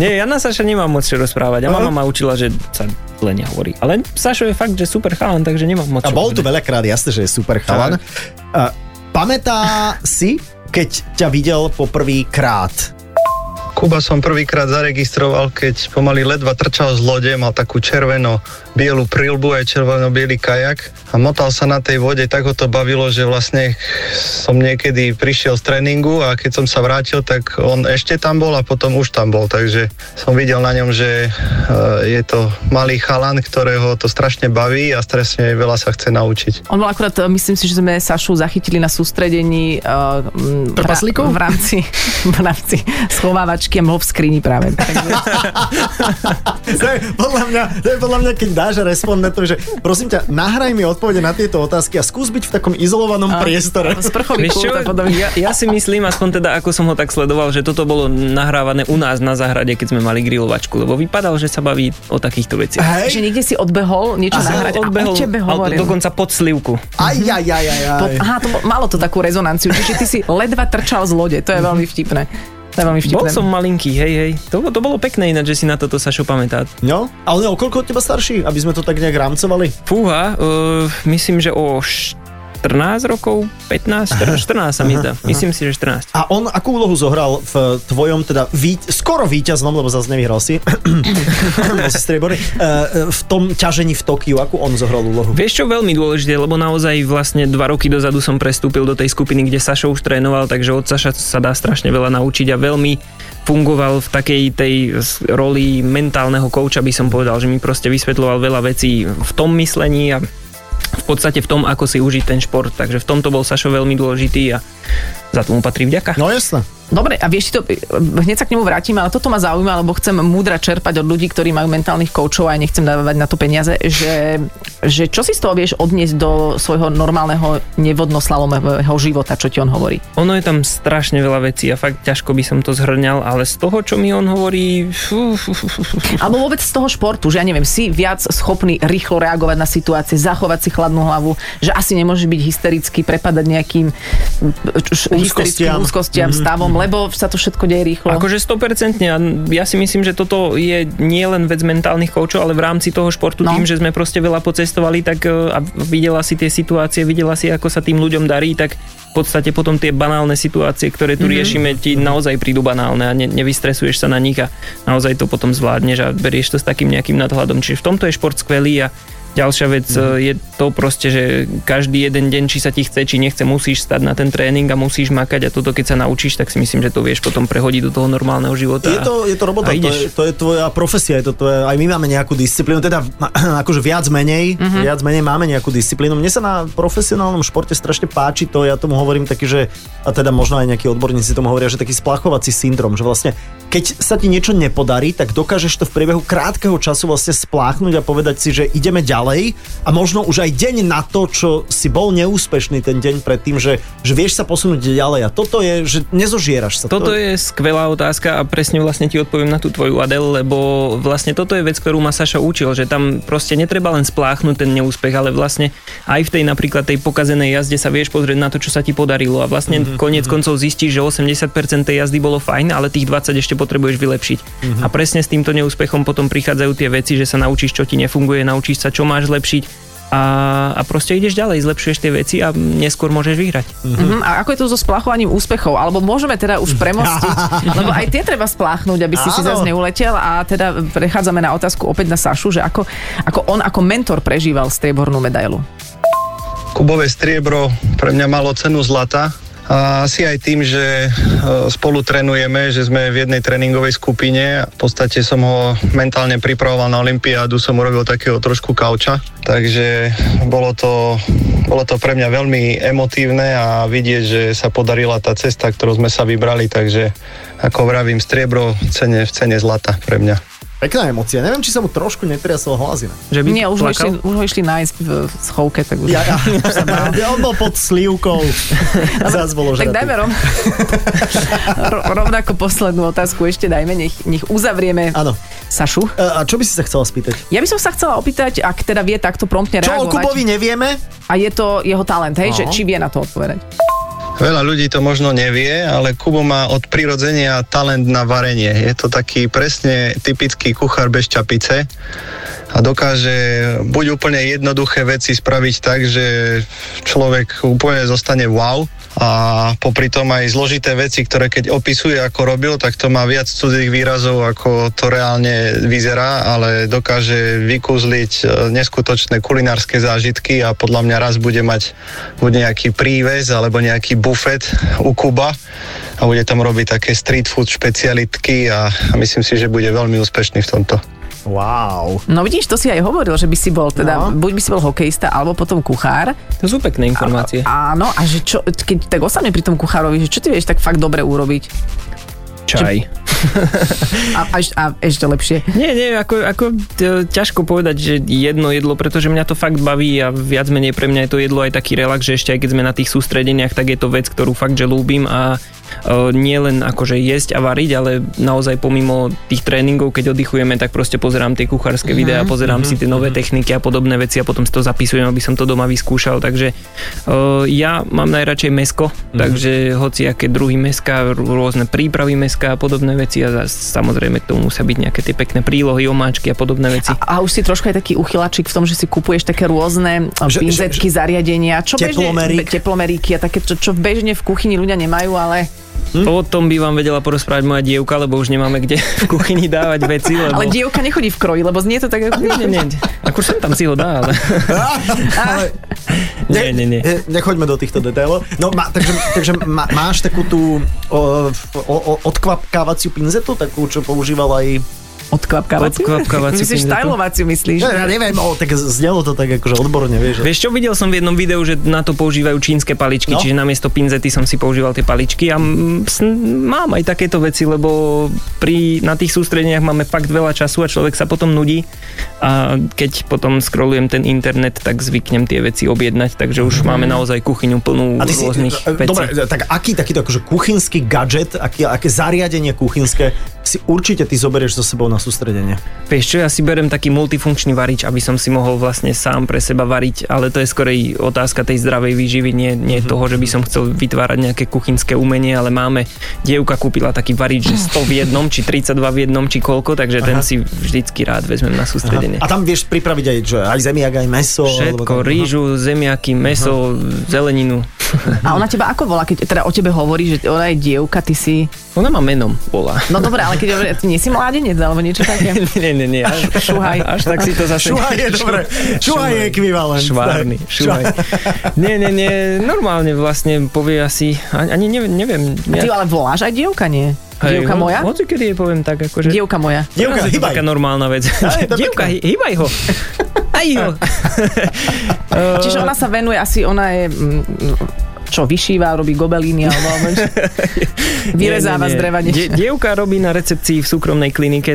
[SPEAKER 5] Nie, ja na Saša nemám moc čo rozprávať. A mama ma učila, že sa len nehovorí. Ale Sašo je fakt, že super chalan, takže nemám moc
[SPEAKER 2] A
[SPEAKER 5] čo
[SPEAKER 2] bol tu
[SPEAKER 5] povedať.
[SPEAKER 2] veľakrát, jasne, že je super chalan. A Pamätá si, keď ťa videl poprvý krát?
[SPEAKER 6] Kuba som prvýkrát zaregistroval, keď pomaly ledva trčal z lode, mal takú červeno-bielu prilbu aj červeno-bielý kajak a motal sa na tej vode, tak ho to bavilo, že vlastne som niekedy prišiel z tréningu a keď som sa vrátil, tak on ešte tam bol a potom už tam bol, takže som videl na ňom, že e, je to malý chalan, ktorého to strašne baví a strašne veľa sa chce naučiť.
[SPEAKER 3] On bol akurát, e, myslím si, že sme Sašu zachytili na sústredení uh, m,
[SPEAKER 2] Trpaslíkov?
[SPEAKER 3] v rámci, v rámci schovávačky a bol v skrini práve. Takže,
[SPEAKER 2] To je podľa mňa, to je podľa mňa keď dáš respondentom, že prosím ťa, nahraj mi odpovede na tieto otázky a skús byť v takom izolovanom priestore.
[SPEAKER 3] Sprchový
[SPEAKER 5] Vieš čo,
[SPEAKER 3] kult a podobne.
[SPEAKER 5] ja, ja si myslím, aspoň teda ako som ho tak sledoval, že toto bolo nahrávané u nás na záhrade, keď sme mali grilovačku, lebo vypadal, že sa baví o takýchto veciach.
[SPEAKER 3] Že
[SPEAKER 2] Hej,
[SPEAKER 3] niekde si odbehol, niečo
[SPEAKER 5] Že
[SPEAKER 3] nahrať a o
[SPEAKER 5] odbehol-
[SPEAKER 3] tebe
[SPEAKER 5] a
[SPEAKER 3] hovoril.
[SPEAKER 5] dokonca pod slivku.
[SPEAKER 2] aj, aj, aj, aj,
[SPEAKER 3] Po,
[SPEAKER 2] aj.
[SPEAKER 3] aha, to bol, malo to takú rezonanciu. Čiže ty si ledva trčal z lode. To je veľmi vtipné. To je veľmi vtipné.
[SPEAKER 5] Bol som malinký, hej, hej. To, to bolo pekné ináč, že si na toto Sašo pamätá.
[SPEAKER 2] No, ale no, koľko od teba starší, aby sme to tak nejak rámcovali?
[SPEAKER 5] Fúha, uh, myslím, že o 14 rokov, 15, 14, 14 sa mi zdá. Myslím si, že 14.
[SPEAKER 2] A on akú úlohu zohral v tvojom, teda ví, skoro víťaznom, lebo zase nevyhral si, bol si strieborný, eh, v tom ťažení v Tokiu, akú on zohral úlohu?
[SPEAKER 5] Vieš čo, veľmi dôležité, lebo naozaj vlastne dva roky dozadu som prestúpil do tej skupiny, kde Sašo už trénoval, takže od Saša sa dá strašne veľa naučiť a veľmi fungoval v takej tej s- roli mentálneho kouča, by som povedal, že mi proste vysvetľoval veľa vecí v tom myslení a v podstate v tom, ako si užiť ten šport. Takže v tomto bol Sašo veľmi dôležitý a za to mu patrí vďaka.
[SPEAKER 2] No jasné.
[SPEAKER 3] Dobre, a vieš, ti to, hneď sa k nemu vrátim, ale toto ma zaujíma, lebo chcem múdra čerpať od ľudí, ktorí majú mentálnych koučov a ja nechcem dávať na to peniaze, že, že čo si z toho vieš odniesť do svojho normálneho nevodnoslalomového života, čo ti on hovorí.
[SPEAKER 5] Ono je tam strašne veľa vecí a fakt ťažko by som to zhrňal, ale z toho, čo mi on hovorí... Fú, fú, fú, fú, fú.
[SPEAKER 3] Alebo vôbec z toho športu, že ja neviem, si viac schopný rýchlo reagovať na situácie, zachovať si chladnú hlavu, že asi nemôže byť hysterický, prepadať nejakým mm, č- č-
[SPEAKER 2] Úzkostiam.
[SPEAKER 3] hysterickým úzkostiam, stavom, lebo sa to všetko deje rýchlo.
[SPEAKER 5] Akože 100% a ja si myslím, že toto je nielen vec mentálnych koučov, ale v rámci toho športu
[SPEAKER 3] No.
[SPEAKER 5] no. tým, že sme proste veľa pocestovali tak e, a videla si tie situácie, videla si, ako sa tým ľuďom darí, tak v podstate potom tie banálne situácie, ktoré tu mm-hmm. riešime, ti naozaj prídu banálne a ne, nevystresuješ sa na nich a naozaj to potom zvládneš a berieš to s takým nejakým nadhľadom. Čiže v tomto je šport skvelý a Ďalšia vec mm. je to proste, že každý jeden deň, či sa ti chce, či nechce, musíš stať na ten tréning a musíš makať a toto keď sa naučíš, tak si myslím, že to vieš potom prehodiť do toho normálneho života.
[SPEAKER 2] Je to, je to robota, to
[SPEAKER 5] a
[SPEAKER 2] je,
[SPEAKER 5] ideš.
[SPEAKER 2] to je tvoja profesia, je to tvoje, aj my máme nejakú disciplínu, teda ma- akože viac menej,
[SPEAKER 5] Mhm.
[SPEAKER 2] mm-hmm. viac menej máme nejakú disciplínu. Mne sa na profesionálnom športe strašne páči to, ja tomu hovorím taký, že, a teda možno aj nejakí odborníci tomu hovoria, že taký splachovací syndrom, že vlastne keď sa ti niečo nepodarí, tak dokážeš to v priebehu krátkeho času vlastne spláchnuť a povedať si, že ideme ďalej a možno už aj deň na to, čo si bol neúspešný ten deň predtým, že, že vieš sa posunúť ďalej a toto je, že nezožieraš sa.
[SPEAKER 5] Toto je skvelá otázka a presne vlastne ti odpoviem na tú tvoju Adel, lebo vlastne toto je vec, ktorú ma Saša učil, že tam proste netreba len spláchnuť ten neúspech, ale vlastne aj v tej napríklad tej pokazenej jazde sa vieš pozrieť na to, čo sa ti podarilo a vlastne
[SPEAKER 3] Mhm,
[SPEAKER 5] mm-hmm. koniec koncov zistíš, že 80% tej jazdy bolo fajn, ale tých 20 ešte potrebuješ vylepšiť.
[SPEAKER 3] Mhm.
[SPEAKER 5] Mm-hmm. A presne s týmto neúspechom potom prichádzajú tie veci, že sa naučíš, čo ti nefunguje, naučíš sa, čo máš zlepšiť a, a proste ideš ďalej, zlepšuješ tie veci a neskôr môžeš vyhrať.
[SPEAKER 3] Mhm, a ako je to so spláchovaním úspechov? Alebo môžeme teda už premostiť, lebo aj tie treba spláchnuť, aby si si
[SPEAKER 2] Áno.
[SPEAKER 3] zase neuletel. A teda prechádzame na otázku opäť na Sašu, že ako, ako on ako mentor prežíval striebornú medailu.
[SPEAKER 6] Kubové striebro pre mňa malo cenu zlata a asi aj tým, že e, spolu trénujeme, že sme v jednej tréningovej skupine. V podstate som ho mentálne pripravoval na Olympiádu, som urobil takého trošku kauča, takže bolo to, bolo to pre mňa veľmi emotívne a vidieť, že sa podarila tá cesta, ktorou sme sa vybrali, takže ako vravím, striebro v cene, v cene zlata pre mňa.
[SPEAKER 2] Pekná emócia. Neviem, či sa mu trošku netriasol hlasina.
[SPEAKER 5] Že by
[SPEAKER 3] Nie, už ho,
[SPEAKER 5] plakal?
[SPEAKER 3] išli, už ho išli nájsť v v schovke, tak už...
[SPEAKER 2] Ja, ja, ja, on bol pod slivkou. Zas bolo
[SPEAKER 3] tak
[SPEAKER 2] žratý.
[SPEAKER 3] dajme rom... ro- rovnako poslednú otázku ešte dajme, nech, nech uzavrieme
[SPEAKER 2] Áno.
[SPEAKER 3] Sašu.
[SPEAKER 2] E, A čo by si sa chcela spýtať?
[SPEAKER 3] Ja by som sa chcela opýtať, ak teda vie takto promptne
[SPEAKER 2] Čo No. o
[SPEAKER 3] reagovať.
[SPEAKER 2] Kubovi nevieme?
[SPEAKER 3] A je to jeho talent, hej, že
[SPEAKER 2] Áno.
[SPEAKER 3] či vie na to odpovedať.
[SPEAKER 6] Veľa ľudí to možno nevie, ale Kubo má od prirodzenia talent na varenie. Je to taký presne typický kuchár bez čapice a dokáže buď úplne jednoduché veci spraviť tak, že človek úplne zostane wow a popri tom aj zložité veci, ktoré keď opisuje, ako robil, tak to má viac cudzích výrazov, ako to reálne vyzerá, ale dokáže vykúzliť e, neskutočné kulinárske zážitky a podľa mňa raz bude mať buď nejaký príves alebo nejaký bufet u Kuba a bude tam robiť také street food špecialitky a, a myslím si, že bude veľmi úspešný v tomto.
[SPEAKER 2] Wow.
[SPEAKER 3] No vidíš, to si aj hovoril, že by si bol
[SPEAKER 2] No.
[SPEAKER 3] teda, buď by si bol hokejista, alebo potom kuchár.
[SPEAKER 5] To sú pekné informácie.
[SPEAKER 3] Áno, a že čo, keď tak osamne pri tom kuchárovi, že čo ty vieš tak fakt dobre urobiť?
[SPEAKER 5] Čaj.
[SPEAKER 3] A, a, a ešte lepšie.
[SPEAKER 5] Nie, nie, ako, ako t- ťažko povedať, že jedno jedlo, pretože mňa to fakt baví a viac menej pre mňa je to jedlo aj taký relax, že ešte aj keď sme na tých sústredeniach, tak je to vec, ktorú fakt, že ľúbim a e, nie len akože jesť a variť, ale naozaj pomimo tých tréningov, keď oddychujeme, tak proste pozerám tie kuchárske
[SPEAKER 3] Mhm.
[SPEAKER 5] videá, pozerám si tie nové techniky a podobné veci a potom si to zapisujem, aby som to doma vyskúšal, takže e, ja mám najradšej mesko,
[SPEAKER 3] Mhm.
[SPEAKER 5] takže hoci aké druhy meska, r- rôzne prípravy meska a podobné veci a za- samozrejme k tomu musia byť nejaké tie pekné prílohy, omáčky a podobné veci.
[SPEAKER 3] A už si trošku aj taký uchylačik v tom, že si kupuješ také rôzne
[SPEAKER 2] Že-
[SPEAKER 3] že, pinzetky, že, zariadenia, čo bežne,
[SPEAKER 2] Teplomerík.
[SPEAKER 3] be- teplomeríky a také, čo, čo bežne v kuchyni ľudia nemajú, ale, hm?
[SPEAKER 5] O tom by vám vedela porozprávať moja dievka, lebo už nemáme kde v kuchyni dávať veci, lebo...
[SPEAKER 3] ale dievka nechodí v kroji, lebo znie to tak ako...
[SPEAKER 2] No,
[SPEAKER 5] Nie, nie, nie. Akože som tam si ho dá, ale...
[SPEAKER 2] Ale-
[SPEAKER 5] Nie, nie, nie.
[SPEAKER 2] E, Nechoďme do týchto detailov. No, má, takže, takže má, máš takú tú o, o, o, odkvapkávaciu pinzetu, takú, čo používal aj...
[SPEAKER 3] Odkvapkávaciu?
[SPEAKER 5] Odkvapkávaciu
[SPEAKER 3] Myslíš,
[SPEAKER 5] pinzetu?
[SPEAKER 3] štajlovaciu myslíš?
[SPEAKER 2] Ja, ja neviem, o, tak znelo to tak akože odborne, vieš. že-
[SPEAKER 5] Vieš čo, videl som v jednom videu, že na to používajú čínske paličky,
[SPEAKER 2] No.
[SPEAKER 5] no. čiže namiesto pinzety som si používal tie paličky a mm, sn- mám aj takéto veci, lebo pri, na tých sústredeniach máme fakt veľa času a človek sa potom nudí a keď potom scrollujem ten internet, tak zvyknem tie veci objednať, takže už máme naozaj kuchyňu plnú
[SPEAKER 2] Mhm. A ty si, e,
[SPEAKER 5] rôznych vecí.
[SPEAKER 2] dobre, tak aký takýto akože kuchynský gadget, aký, aké zariadenie kuchynské si určite ty zoberieš so sebou na sústredenie?
[SPEAKER 5] Vieš čo, ja si berem taký multifunkčný varič, aby som si mohol vlastne sám pre seba variť, ale to je skorej otázka tej zdravej výživy, nie, nie
[SPEAKER 2] Mhm.
[SPEAKER 5] toho, že by som chcel vytvárať nejaké kuchynské umenie, ale máme, dievka kúpila taký varič, že 100 v jednom, či 32 v jednom, či koľko, takže Aha. ten si vždycky rád vezmem na sústredenie.
[SPEAKER 2] A tam vieš pripraviť aj, čo, aj zemiak, aj meso?
[SPEAKER 5] Všetko, rýžu, zemiaky, meso, zeleninu.
[SPEAKER 3] A ona teba ako volá, keď teda o tebe hovorí, že ona je dievka, ty si...
[SPEAKER 5] Ona má menom, volá.
[SPEAKER 3] No dobre, ale keď hovorí, ty nie si mládenec alebo niečo také.
[SPEAKER 5] nie, nie, nie, až,
[SPEAKER 3] Šuhaj.
[SPEAKER 5] až tak si to zase...
[SPEAKER 2] Šuha je dobre. Šuha je ekvivalent.
[SPEAKER 5] Švárny, šuhaj. Nie, nie, nie, normálne vlastne povie asi, ani ani neviem, neviem.
[SPEAKER 3] A ty ju ale voláš aj dievka, nie?
[SPEAKER 5] Hej, no,
[SPEAKER 3] dievka
[SPEAKER 5] ho-
[SPEAKER 3] moja?
[SPEAKER 5] Hoci kedy jej poviem tak, akože...
[SPEAKER 3] Dievka moja.
[SPEAKER 2] Dievka,
[SPEAKER 5] Teraz je to
[SPEAKER 2] hýbaj.
[SPEAKER 5] taká normálna vec.
[SPEAKER 2] Aj, to
[SPEAKER 5] Dievka,
[SPEAKER 2] pekné.
[SPEAKER 5] hy- hýbaj ho. Aj ho.
[SPEAKER 3] Čiže ona sa venuje asi, ona je mm, čo, vyšíva, robí gobelíny alebo alebo niečo. vyrezáva z dreva
[SPEAKER 5] Die,
[SPEAKER 3] niečo.
[SPEAKER 5] dievka robí na recepcii v súkromnej klinike,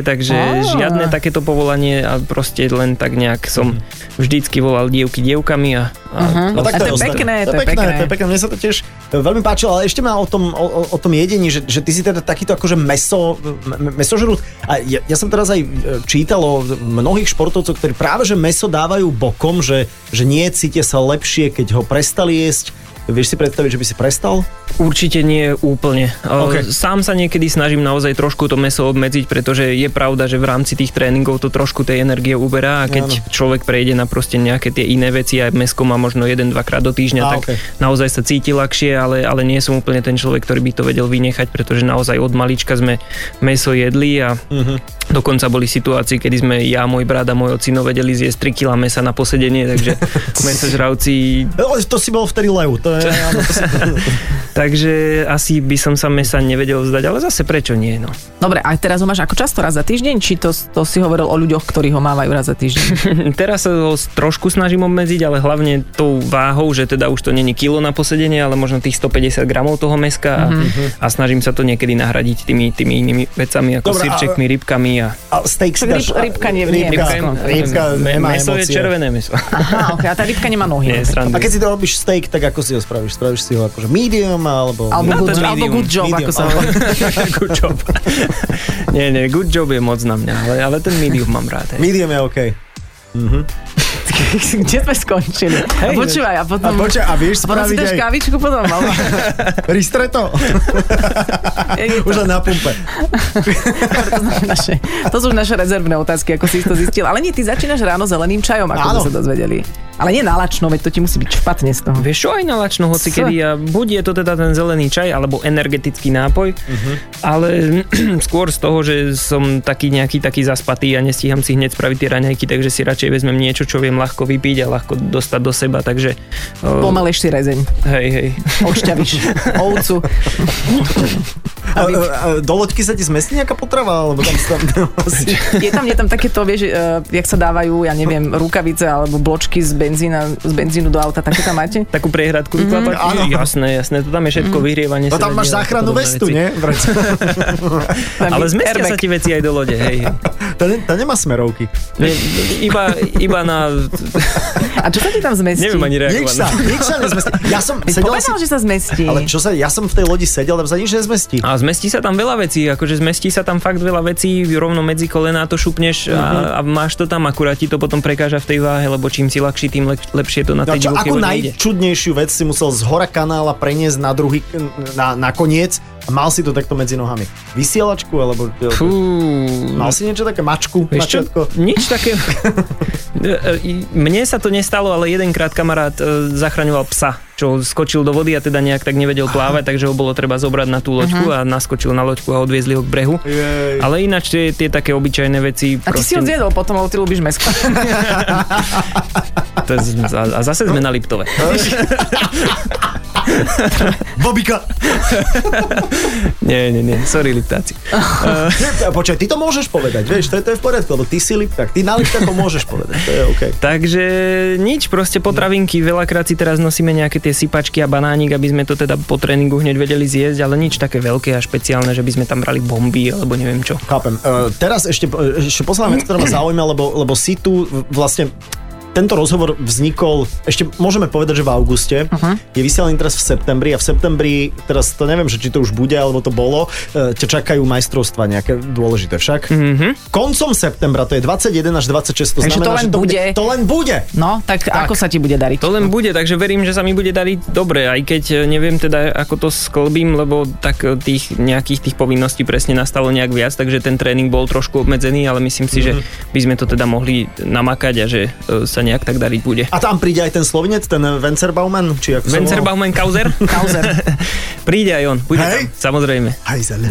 [SPEAKER 3] Á.
[SPEAKER 5] takže žiadne takéto povolanie a proste len tak nejak som vždycky volal dievky dievkami a... a
[SPEAKER 3] Mhm.
[SPEAKER 2] No tak
[SPEAKER 3] A to
[SPEAKER 2] to,
[SPEAKER 3] je
[SPEAKER 2] ostatné.
[SPEAKER 3] pekné, to je pekné.
[SPEAKER 2] To je pekné, mne sa to tiež e, veľmi páčilo, ale ešte ma o tom, o, o- o tom jedení, že, že ty si teda takýto akože meso, m- m- mesožrút. A ja, ja som teraz aj e, čítal o mnohých športovcov, ktorí práve že meso dávajú bokom, že, že nie cítia sa lepšie, keď ho prestali jesť. Vieš si predstaviť, že by si prestal?
[SPEAKER 5] Určite nie úplne.
[SPEAKER 2] Ok.
[SPEAKER 5] Okay. Sám sa niekedy snažím naozaj trošku to meso obmedziť, pretože je pravda, že v rámci tých tréningov to trošku tej energie uberá a keď človek prejde na proste nejaké tie iné veci a mesko má možno 1-2 krát do týždňa,
[SPEAKER 2] Á,
[SPEAKER 5] tak
[SPEAKER 2] ok.
[SPEAKER 5] naozaj sa cíti ľahšie, ale, ale nie som úplne ten človek, ktorý by to vedel vynechať, pretože naozaj od malička sme meso jedli a
[SPEAKER 2] Mhm.
[SPEAKER 5] dokonca boli situácie, kedy sme ja, môj brat a môj ocino vedeli zjesť 3 kg mesa na posedenie, takže mesožravci
[SPEAKER 2] No, ale To si bol vtedy lev. To je, áno, to si,
[SPEAKER 5] Takže asi by som sa mesa nevedel vzdať, ale zase prečo nie, no.
[SPEAKER 3] Dobre, a teraz ho máš ako často raz za týždeň, či to, to si hovoril o ľuďoch, ktorí ho mávajú raz za týždeň?
[SPEAKER 5] Teraz sa ho s- trošku snažím obmedziť, ale hlavne tou váhou, že teda už to není kilo na posedenie, ale možno tých 150 gramov toho meska a, a snažím sa to niekedy nahradiť tými, tými inými vecami, ako
[SPEAKER 2] Dobre,
[SPEAKER 5] sírčekmi, rybkami a...
[SPEAKER 2] a steak si
[SPEAKER 3] Tak
[SPEAKER 2] dáš.
[SPEAKER 3] ryb- rybka nie- nie je
[SPEAKER 2] Rybka,
[SPEAKER 3] mesko.
[SPEAKER 2] rybka
[SPEAKER 3] Mm,
[SPEAKER 5] Me-
[SPEAKER 2] nemá
[SPEAKER 5] meso je
[SPEAKER 2] emócie.
[SPEAKER 5] červené meso.
[SPEAKER 3] Aha, okay, a tá rybka nemá nohy.
[SPEAKER 5] Nie,
[SPEAKER 2] A
[SPEAKER 5] srandujem.
[SPEAKER 2] keď si to robíš steak, tak ako si ho spravíš? Spravíš si ho akože medium alebo...
[SPEAKER 3] Alebo,
[SPEAKER 5] Na
[SPEAKER 3] good,
[SPEAKER 5] ten
[SPEAKER 3] alebo
[SPEAKER 5] medium.
[SPEAKER 3] good job,
[SPEAKER 2] Medium,
[SPEAKER 3] ako sa
[SPEAKER 2] áno.
[SPEAKER 3] hovorí.
[SPEAKER 5] good job. nie, nie, good job je moc na mňa, ale, ale ten medium mám rád. hej.
[SPEAKER 2] Medium je OK.
[SPEAKER 3] Kde sme skončili?
[SPEAKER 5] Hej,
[SPEAKER 3] Hej, počúvaj, a
[SPEAKER 2] A
[SPEAKER 3] potom...
[SPEAKER 2] počkaj, a vieš
[SPEAKER 3] Mm. a potom si
[SPEAKER 2] spraviť
[SPEAKER 3] dáš
[SPEAKER 2] aj
[SPEAKER 3] kávičku potom, ale...
[SPEAKER 2] ristretto?
[SPEAKER 3] Je to-
[SPEAKER 2] Už len na pumpe.
[SPEAKER 3] Dobre, to, sú naše, to sú naše rezervné otázky, ako si to zistil. Ale nie, ty začínaš ráno zeleným čajom, ako
[SPEAKER 2] Áno.
[SPEAKER 3] sme sa dozvedeli. Ale nie nalačno, veď to ti musí byť špatne z toho.
[SPEAKER 5] Vieš čo, aj na lačno hoci
[SPEAKER 3] Co?
[SPEAKER 5] kedy ja, buď je to teda ten zelený čaj alebo energetický nápoj,
[SPEAKER 2] Mhm.
[SPEAKER 5] ale skôr z toho, že som taký nejaký taký zaspatý a nestíham si hneď spraviť tie raňajky, takže si radšej vezmem niečo, čo viem ľahko vypiť a ľahko dostať do seba, takže o,
[SPEAKER 3] Pomaleš si rezeň,
[SPEAKER 5] hej, hej.
[SPEAKER 3] odšťavíš ovcu.
[SPEAKER 2] A, a, a, do loďky sa ti zmestí nejaká potrava? Alebo tam sa tam...
[SPEAKER 3] Je tam, je tam takéto, vieš, uh, jak sa dávajú, ja neviem, rukavice alebo bločky z, benzína, z benzínu do auta, také tam máte?
[SPEAKER 5] Takú prehradku vyklapať?
[SPEAKER 2] Mhm, áno.
[SPEAKER 5] jasné, jasné, to tam je všetko vyhrievanie.
[SPEAKER 2] No tam
[SPEAKER 5] sedenie
[SPEAKER 2] máš
[SPEAKER 5] a
[SPEAKER 2] záchrannú
[SPEAKER 5] podobné
[SPEAKER 2] vestu,
[SPEAKER 5] veci.
[SPEAKER 2] nie? Vrať.
[SPEAKER 3] Tam
[SPEAKER 5] Ale
[SPEAKER 3] je
[SPEAKER 5] zmestia
[SPEAKER 3] airbag.
[SPEAKER 5] sa ti veci aj do lode, hej. hej.
[SPEAKER 2] Tá, ne, tá nemá smerovky.
[SPEAKER 5] Nie, iba, iba na...
[SPEAKER 3] A čo sa ti tam zmestí?
[SPEAKER 5] Neviem ani
[SPEAKER 2] Nič
[SPEAKER 5] reagovať.
[SPEAKER 2] sa, nič sa nezmestí. Ja som
[SPEAKER 3] Veď
[SPEAKER 2] sedel
[SPEAKER 3] povedal,
[SPEAKER 2] si...
[SPEAKER 3] že sa zmestí.
[SPEAKER 2] Ale čo sa, ja som v tej lodi sedel, tam sa nič nezmestí.
[SPEAKER 5] A zmestí sa tam veľa vecí, akože zmestí sa tam fakt veľa vecí, rovno medzi kolená to šupneš a, a máš to tam, akurát ti to potom prekáža v tej váhe, lebo čím si ľahší, tým lep- lepšie to na
[SPEAKER 2] No,
[SPEAKER 5] tej
[SPEAKER 2] čo,
[SPEAKER 5] divokej
[SPEAKER 2] ako
[SPEAKER 5] vode ide.
[SPEAKER 2] najčudnejšiu vec si musel z hora kanála preniesť na druhý, na, na koniec a mal si to takto medzi nohami. Vysielačku alebo...
[SPEAKER 5] Fú,
[SPEAKER 2] Mal si niečo také? Mačku?
[SPEAKER 5] vieš čo?
[SPEAKER 2] mačiatko?
[SPEAKER 5] Nič také... E, Mne sa to nestalo, ale jedenkrát kamarát e, zachraňoval psa, čo skočil do vody a teda nejak tak nevedel plávať, takže ho bolo treba zobrať na tú loďku a naskočil na loďku a odviezli ho k brehu.
[SPEAKER 2] Jej.
[SPEAKER 5] Ale ináč tie, tie také obyčajné veci...
[SPEAKER 3] A ty si ho zjedol potom, lebo ty ľúbiš mesko.
[SPEAKER 5] to, z- a, a zase sme na Liptove.
[SPEAKER 2] Bobika!
[SPEAKER 5] Nie, nie, nie, sorry Liptáci.
[SPEAKER 2] Nie, Hm, Počkaj, ty to môžeš povedať, vieš, to je, to je v poriadku, lebo ty si Lipták, ty na Lipták to môžeš povedať, to je OK.
[SPEAKER 5] Takže nič, proste potravinky. Veľakrát si teraz nosíme nejaké tie sypačky a banánik, aby sme to teda po tréningu hneď vedeli zjesť, ale nič také veľké a špeciálne, že by sme tam brali bomby alebo neviem čo.
[SPEAKER 2] Eh, Chápem. Uh, teraz ešte, e, ešte posledná vec, ktorá ma zaujíma, lebo, lebo si tu vlastne tento rozhovor vznikol, ešte môžeme povedať, že v auguste,
[SPEAKER 3] Mhm.
[SPEAKER 2] uh-huh. je vysielaný teraz v septembri a v septembri, teraz to neviem, že či to už bude, alebo to bolo, e, ťa čakajú majstrovstva nejaké dôležité však. Uh-huh. Koncom septembra, to je 21 až 26, to
[SPEAKER 3] Mhm. Takže to
[SPEAKER 2] znamená,
[SPEAKER 3] len
[SPEAKER 2] že to
[SPEAKER 3] bude.
[SPEAKER 2] bude. To len bude.
[SPEAKER 3] No, tak, ako sa ti bude dariť?
[SPEAKER 5] To len bude, takže verím, že sa mi bude dariť dobre, aj keď e, neviem teda, ako to sklbím, lebo tak e, tých nejakých tých povinností presne nastalo nejak viac, takže ten tréning bol trošku obmedzený, ale myslím si, mm-hmm. že by sme to teda mohli namakať a že e, sa nejak tak dariť bude.
[SPEAKER 2] A tam príde aj ten slovinec, ten Vencerbauman, či ako sa volal?
[SPEAKER 5] Vencerbaumen Kauser? Kauser. Príde aj on, bude
[SPEAKER 2] Hej.
[SPEAKER 5] tam, samozrejme.
[SPEAKER 2] Hajzel.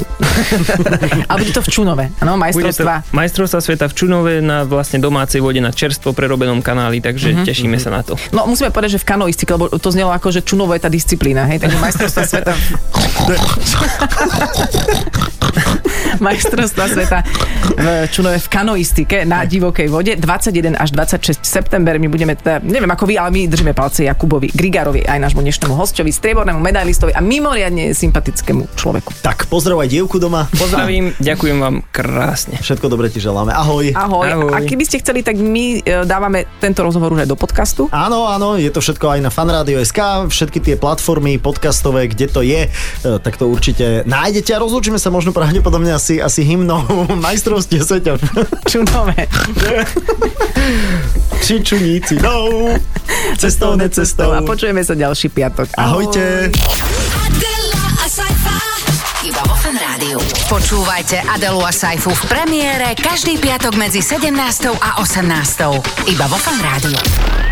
[SPEAKER 3] A bude to v Čunove, No, áno,
[SPEAKER 5] Bude to
[SPEAKER 3] majstrovstva.
[SPEAKER 5] majstrovstva sveta v Čunove na vlastne domácej vode na čerstvo prerobenom kanáli, takže mm-hmm. tešíme sa na to.
[SPEAKER 3] No musíme povedať, že v kanoistike, lebo to znelo ako, že Čunovo je tá disciplína, hej, takže majstrovstva sveta. majstrovstva sveta v Čunove v kanoistike na divokej vode 21 až 26 september. My budeme teda, neviem ako vy, ale my držíme palce Jakubovi Grigarovi, aj nášmu dnešnému hostovi, striebornému medailistovi a mimoriadne sympatickému človeku.
[SPEAKER 2] Tak pozdrav aj dievku doma.
[SPEAKER 5] Pozdravím, ďakujem vám krásne.
[SPEAKER 2] Všetko dobre ti želáme. Ahoj.
[SPEAKER 3] Ahoj.
[SPEAKER 5] Ahoj.
[SPEAKER 3] Ahoj. A keby ste chceli, tak my e, dávame tento rozhovor už aj do podcastu.
[SPEAKER 2] Áno, áno, je to všetko aj na fanradio.sk, všetky tie platformy podcastové, kde to je, e, tak to určite nájdete a rozlúčime sa možno pravdepodobne asi, asi hymnou majstrovstie sveta.
[SPEAKER 3] Čunové.
[SPEAKER 2] Či čuníci, no, cestou, necestou.
[SPEAKER 3] No A počujeme sa ďalší piatok.
[SPEAKER 2] Ahojte.
[SPEAKER 1] Adela Asaifa.
[SPEAKER 4] Iba vo Fan Rádiu. Počúvajte Adelu a Saifu v premiére každý piatok medzi 17. a 18. Iba vo Fan Rádiu.